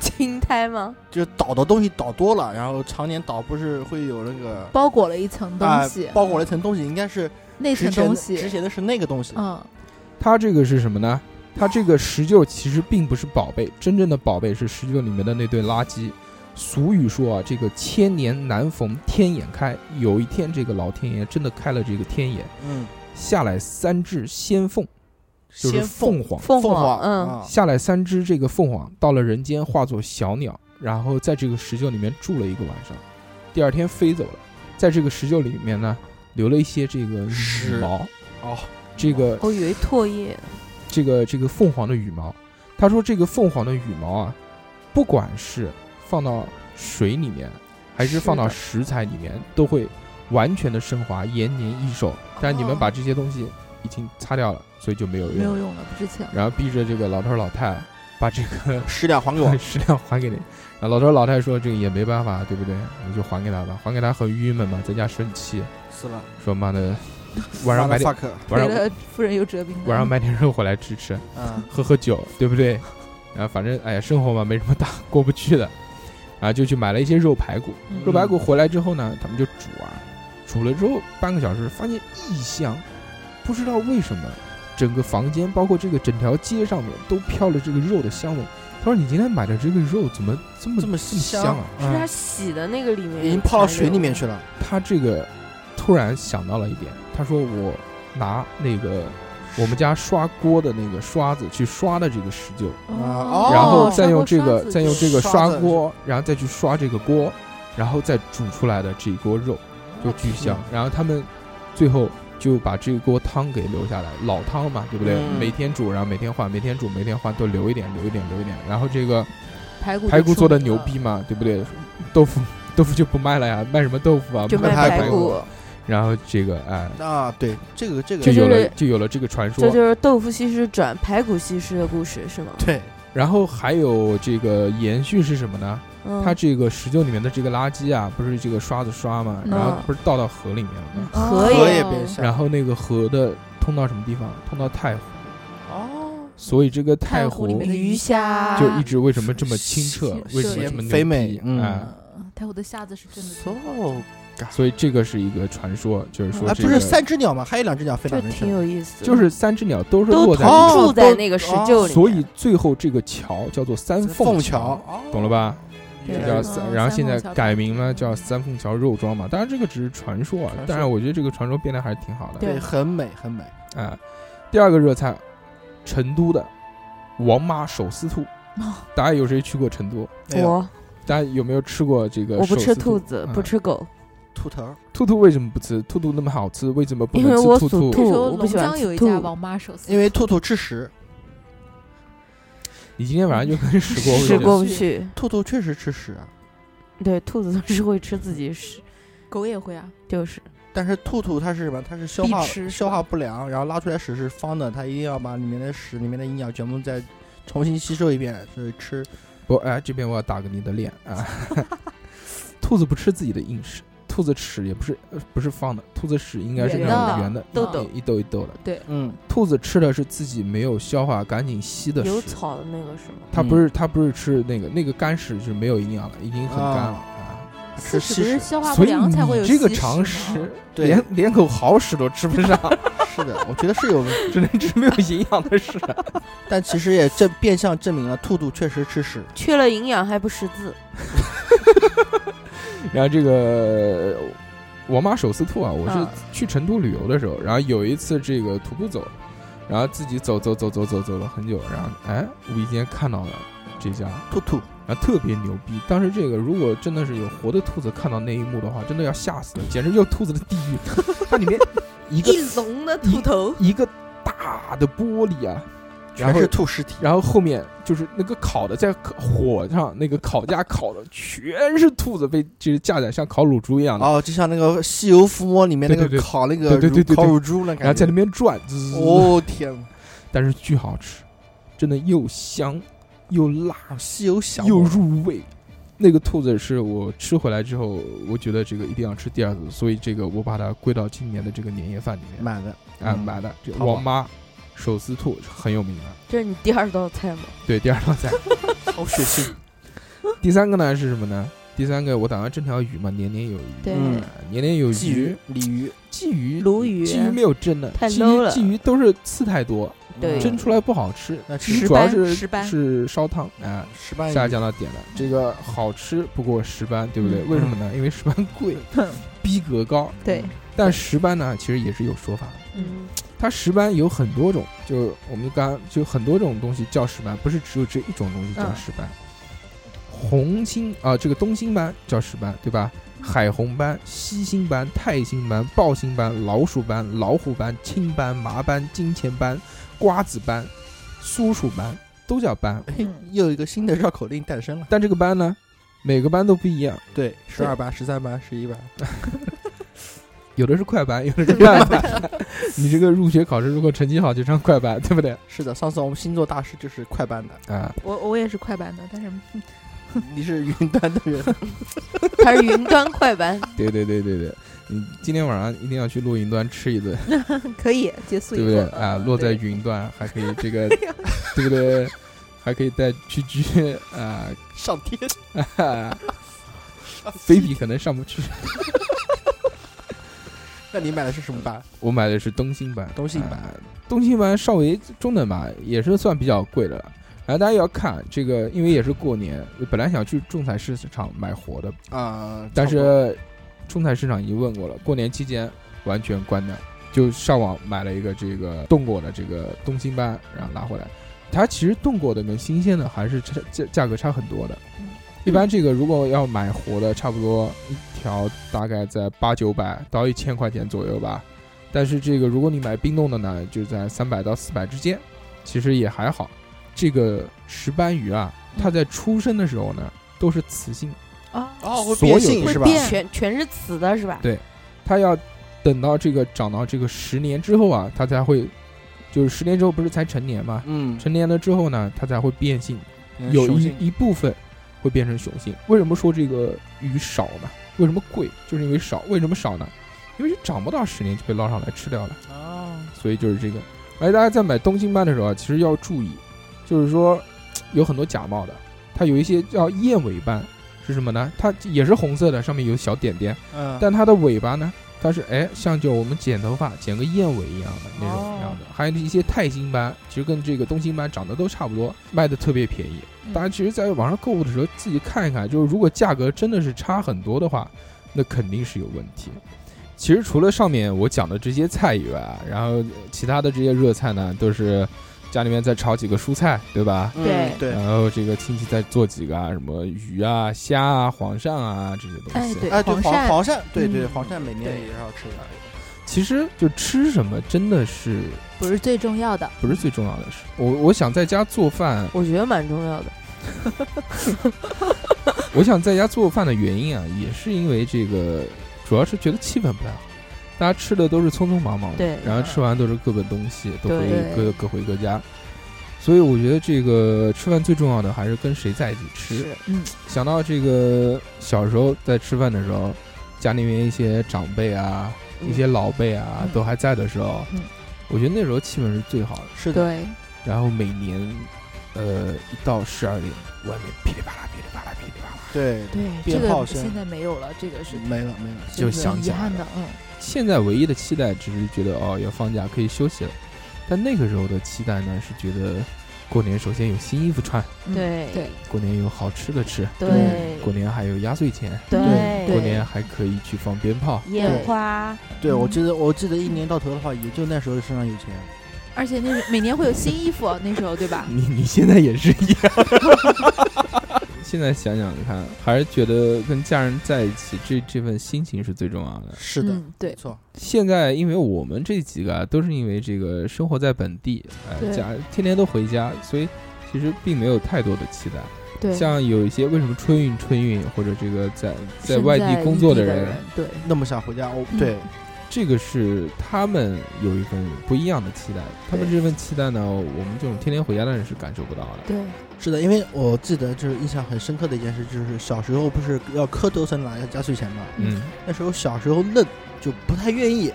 青苔吗？
就是倒的东西倒多了，然后常年倒不是会有那个
包裹了一层
啊
东西，
包裹了一层东西，应该是
那
值
层
钱
东
的值
西，
钱的是那个东西，
嗯，
它这个是什么呢？它这个石臼其实并不是宝 贝，真正的宝贝是石臼里面的那堆垃圾。俗语说啊，这个千年难逢天眼开。有一天，这个老天爷真的开了这个天眼，
嗯，
下来三只仙凤，就是
先
凤凰，
凤
凤凰，
嗯，
啊
下来三只这个凤凰到了人间，化作小鸟，然后在这个石臼里面住了一个晚上，第二天飞走了。在这个石臼里面呢，留了一些这个羽
屎
毛，
哦，
这个
我以为唾液，
这个这个凤凰的羽毛，他说这个凤凰的羽毛啊，不管是放到水里面，还是放到食材里面，都会完全的升华，延年益寿。但你们
哦
把这些东西已经擦掉了，所以就没有
没有
用。
用了，不值钱。
然后逼着这个老头儿老太把这个，
十两还给我
食量还给你。然后老头儿老太说这个也没办法，对不对？你就还给他吧，还给他很郁闷嘛，在家生气，
死了，
说妈的，晚上买点
fuck，
晚
为
上
了富人有折兵的，
晚上买点肉回来吃吃。
嗯，
喝喝酒，对不对？啊，反正哎呀，生活嘛没什么大过不去的， 啊，就去买了一些肉排骨。肉排骨回来之后呢，他们就煮啊，煮了之后半个小时，发现异香，不知道为什么，整个房间包括这个整条街上面都飘了这个肉的香味。他说：“你今天买的这个肉怎么这么
这么
香啊？”
是他洗的那个里
嗯
面
已经泡到水里面去了，
他这个突然想到了一点，他说：“我拿那个我们家刷锅的那个刷子去刷的这个石臼。”
哦
然后再用这
刷
个
锅
再用这个
刷
刷
子
锅，然后再去刷这个锅，然后再煮出来的这一锅肉就巨
哦
香。然后他们最后就把这锅汤给留下来，老汤嘛，对不对？
嗯
每天煮，然后每天换，每天煮，每天换，都留一点，留一点，留一点。然后这个
排骨
排骨
就出
做的
名
牛
了
逼嘛，对不对？豆腐豆腐就不卖了呀，卖什么豆腐啊？
就
卖
卖
排
排
骨
骨，
然后这个哎，
啊，对，这个这
就
个
是
有了
是
就有了这个传说
这。就是豆腐西施转排骨西施的故事是吗？
对，
然后还有这个延续是什么呢？
嗯，
它这个石臼里面的这个垃圾啊，不是这个刷子刷嘛，
嗯
然后不是倒到河里面了吗？
河
河
也
也变香，
然后那个河的通到什么地方？通到太湖，
哦，
所以这个
太
湖
里面的
鱼虾
就一直为什么这么清澈，
是
为什么这么牛逼
肥美嗯
哎
嗯，太后的瞎子是真的。
so
所以这个是一个传说，就是说、
啊，
这
不
个
是三只鸟吗？还有两只鸟飞
就
哪儿去
挺
了？
有意思的，
就是三只鸟都是
都
落在
逃
那
哦
住在
都
那个石
哦
臼里面，
所以最后这个桥叫做三
凤
桥，
哦
懂了吧？
对
就
原
叫
来
是
三，
哦
然后
三
现
凤
在
桥
改名了叫三凤桥肉庄嘛。当然这个只是传说啊
传，说
但是我觉得这个传说变得还是挺好的。
对，很美，很美。
啊，第二个热菜，成都的王妈手撕兔，
哦
大家有谁去过成都？
哎呦
我
大家有没有吃过这个
我
手
不
撕兔？
吃兔子，不
嗯
吃狗，
兔头儿
兔兔为什么不吃？兔兔那么好吃，为什么不
因为
能
我
吃兔
属
那
兔？
兔
时候
我不
龙
喜欢
江
吃
有一
兔
家王妈手撕，
因为兔兔吃屎，
你今天晚上就跟 屎锅
吃
味道
过不
是
去。
兔兔确实吃屎啊，
对，兔子都是会吃自己屎，
狗也会啊，
就是
但是兔兔它是什么？它是消
必
化
吃是
消
吧
化不良，然后拉出来屎是方的，它一定要把里面的屎里面的营养全部再重新吸收一遍，所以吃
不，哎，这边我要打个你的脸啊！ 兔子不吃自己的硬屎，兔子屎也不是呃不是方的，兔子屎应该是
圆
那
的
种圆的，
豆
一一
豆
豆一豆的。
嗯
兔子吃的是自己没有消化赶紧吸的
有
屎，
草的那个是吗？
它不是它不是吃那个那个干屎是没有营养的，已经很干了啊。
吃
是
稀
不是
屎。
消化不
所以
良才会有
你这个
吸
常
屎吗
识，
对
连连口好屎都吃不上，
是的，我觉得是有问题，
只能吃没有营养的屎。
但其实也证变相证明了兔兔确实吃屎。
缺了营养还不识字，
然后这个呃我妈手撕兔啊，我是
啊
去成都旅游的时候，然后有一次这个徒步走，然后自己走走走走走走了很久，然后哎，无意间看到了这家，
兔兔
然后特别牛逼。当时这个如果真的是有活的兔子看到那一幕的话，真的要吓死了，简直就是兔子的地狱。它里面一个
笼的
兔
头，
一个大的玻璃啊，然
全
后
是兔尸体，
然后后面就是那个烤的，在烤火上那个烤架烤的全是兔子被就是架在像烤乳猪一样的，
哦，就像那个《西游伏魔》里面那
对对
个
对
烤那个
对对对
乳
对对
烤乳猪那
然后
感
在
觉
那。边转，滋
哦天哪，
但是巨好吃，真的又香又辣
哦西游降
又
魔
入味。那个兔子是我吃回来之后，我觉得这个一定要吃第二次，所以这个我把它归到今年的这个年夜饭里面
买的，
啊，
嗯
买的这个
淘宝
王妈手撕兔是很有名的，
这是你第二道菜吗？
对，第二道菜。
好血腥。
第三个呢是什么呢？第三个我打算蒸条鱼嘛，年年有余，
对，
嗯
啊年 年有
鲫
余
鱼、。鲤鱼，
鲫鱼、
鲈鱼
鲫鱼没有蒸的，
太
鲫鱼
low 了
鲫鱼都是刺太多，
对
嗯
蒸出来不好吃。
那
其实
石
主要
斑
是
石斑
是烧汤啊，
石斑鱼
下降到点了。这个好吃不过石斑，对不对？
嗯
为什么呢？因为石斑贵，逼格高。
对，
但石斑呢，其实也是有说法的。
嗯，
它石斑有很多种，就我们刚就很多种东西叫石斑，不是只有这一种东西叫石斑。红星啊、这个东星斑叫石斑，对吧？海红斑、西星斑、泰星斑、豹星斑、老鼠斑、老虎斑、青斑、麻斑、金钱斑、瓜子斑、苏鼠斑都叫斑，
嘿
嗯
又有一个新的绕口令诞生了。
但这个斑呢，每个斑都不一样，
对，十二班、十三班、十一班，
有的是快班，有的是慢班。你这个入学考试如果成绩好，就上快班，对不对？
是的，上次我们星座大师就是快班的，
啊，
我我也是快板的，但是
你是云端的 人，
它是云端快板，
对对对对对，你今天晚上一定要去露营端吃一顿，
可以结束一
对
个
不对
嗯
啊？落在
对
云端还可以这个，对不对？还可以带蛐蛐啊，
上天
哈菲比可能上不去。
那你买的是什么班？
我买的是东星版，
东星版
啊东星版稍微中等吧，也是算比较贵的了。然后大家也要看这个，因为也是过年，本来想去中菜市场买活的，
啊，
但
差不多
是中菜市场已经问过了，过年期间完全关掉，就上网买了一个这个冻过的这个东星斑，然后拿回来。它其实冻过的跟新鲜的还是差价价格差很多的。
嗯
一般这个如果要买活的，差不多一条大概在八九百到一千块钱左右吧。但是这个如果你买冰冻的呢，就在三百到四百之间，其实也还好。这个石斑鱼啊，它
嗯
在出生的时候呢都是雌性，
啊，
哦，会
所有
变性
的
是吧？
变
全全是雌的是吧？
对它要等到这个长到这个十年之后啊，它才会，就是十年之后不是才成年嘛？
嗯，
成年了之后呢，它才会变性，
嗯
有
雄
一
性
一部分会变成雄性。为什么说这个鱼少呢？为什么贵？就是因为少。为什么少呢？因为是长不到十年就被捞上来吃掉了。
哦，
所以就是这个。而且大家在买东星斑的时候啊，其实要注意，就是说有很多假冒的，它有一些叫燕尾斑，是什么呢？它也是红色的，上面有小点点，
嗯，
但它的尾巴呢，它是哎像就我们剪头发剪个燕尾一样的那种
哦
样子，还有一些钛金斑，其实跟这个东星斑长得都差不多，卖的特别便宜。
嗯
大家其实在网上购物的时候自己看一看，就是如果价格真的是差很多的话，那肯定是有问题。其实除了上面我讲的这些菜以外啊，然后其他的这些热菜呢，都是家里面再炒几个蔬菜，对吧？
嗯
对
对，
然后这个亲戚再做几个啊，什么鱼啊、虾啊、黄鳝啊这些东
哎
西。
对，
哎，对黄
鳝，
黄鳝，对对
嗯
黄鳝每年
对
也是要吃的。
其实就吃什么真的是
不是最重要的，
不是最重要的事。我我想在家做饭，
我觉得蛮重要的。
我想在家做饭的原因啊，也是因为这个，主要是觉得气氛不太好。大家吃的都是匆匆忙忙的，
对
然后吃完都是各奔东西，都回
对
各各回各家。所以我觉得这个吃饭最重要的还是跟谁在一起吃。
是，
嗯
想到这个小时候在吃饭的时候，家里面一些长辈啊、
嗯
一些老辈啊、
嗯
都还在的时候，
嗯
我觉得那时候气氛是最好的。
是的，
对，
然后每年，呃，一到十二点，外面噼里啪啦、噼里啪啦、噼里啪啦，
对，
对，
鞭
这个
炮声
现在没有了，这个是
没了没了。
嗯就想
很
起
遗
来
憾
了
的，嗯，
现在唯一的期待只是觉得哦要放假可以休息了，但那个时候的期待呢是觉得过年首先有新衣服穿，
嗯
对
对
过年有好吃的吃，
对
过年还有压岁钱，
对
过年还可以去放鞭炮，
烟花，
对，我
嗯
记得我记得一年到头的话，也就那时候身上有钱。
而且那是每年会有新衣服，啊那时候对吧？
你你现在也是一样。现在想想看，还是觉得跟家人在一起这这份心情是最重要的。
是的，
嗯
没
对，
错，
现在因为我们这几个啊，都是因为这个生活在本地，哎、
对
家天天都回家，所以其实并没有太多的期待。
对，
像有一些为什么春运春运或者这个在在
身
外
在
地工
异
作
的
的人，
人，对，
那么想回家，我
嗯
对
这个是他们有一份不一样的期待。他们
对
这份期待呢，我们这种天天回家的人是感受不到的。
对，
是的，因为我记得就是印象很深刻的一件事，就是小时候不是要磕头才能拿压岁钱嘛，
嗯，。
那时候小时候愣，就不太愿意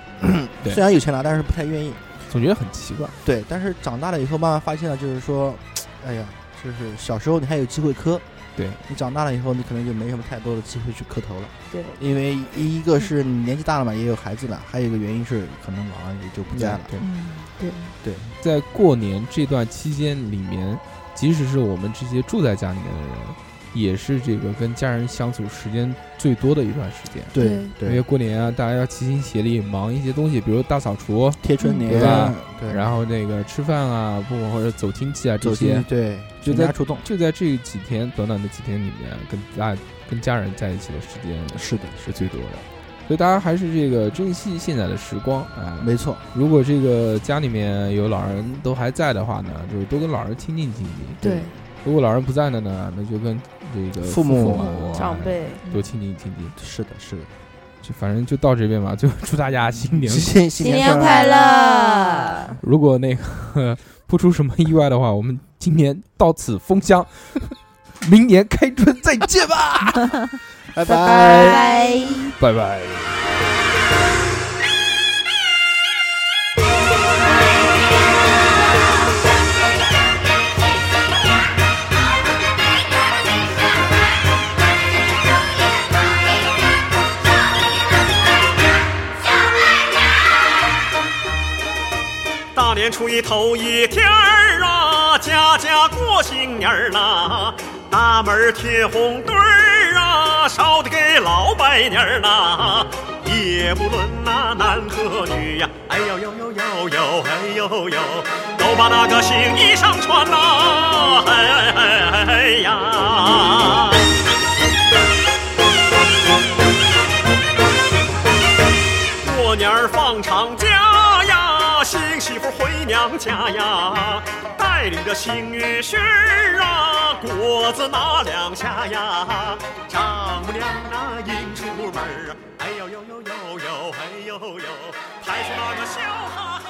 对
虽然有钱拿，但是不太愿意。
总觉得很奇怪。
对，但是长大了以后，慢慢发现了，就是说，哎呀，就是小时候你还有机会磕，
对
你长大了以后，你可能就没什么太多的机会去磕头了。
对，
因为一个是你年纪大了嘛，也有孩子了，还有一个原因是可能老了也就不在了。
对，
嗯对，
在过年这段期间里面，即使是我们这些住在家里面的人，也是这个跟家人相处时间最多的一段时间。
对
因为，过年啊，大家要齐心协力忙一些东西，比如大扫除，
贴春
嗯
联，
对吧
对，
然后那个吃饭啊，不管或者走亲戚啊这
走进
些
去，，对，
就
全
在
家出动。
就在这几天短短的几天里面，跟大跟家人在一起的时间
是的，
是最多的。所以大家还是这个珍惜现在的时光啊！
没错，
如果这个家里面有老人都还在的话呢，就多跟老人亲近亲近。
对，
如果老人不在了呢，那就跟这个
父
母
母
啊
长辈，
多亲近亲近。
是的，是的。
就反正就到这边吧， 就祝大家新年快乐。
新新年快乐！
乐，
如果那个呃不出什么意外的话，我们今年到此封箱，明年开春再见吧，
拜拜。
拜拜。
拜拜。
大年初一头一天儿啊，家家过新年儿呐，大门儿贴红对儿啊，烧的给老百年儿呐，也不论那男和女呀、哎呦呦呦呦呦，哎呦呦，都把那个新衣裳穿呐、哎哎哎哎呀。过年儿放长假呀，新媳妇回娘家呀，带领着新女婿儿啊，果子拿两下呀，丈母娘啊迎出门儿啊，哎呦呦呦呦呦，哎呦呦，抬出那个笑哈哈。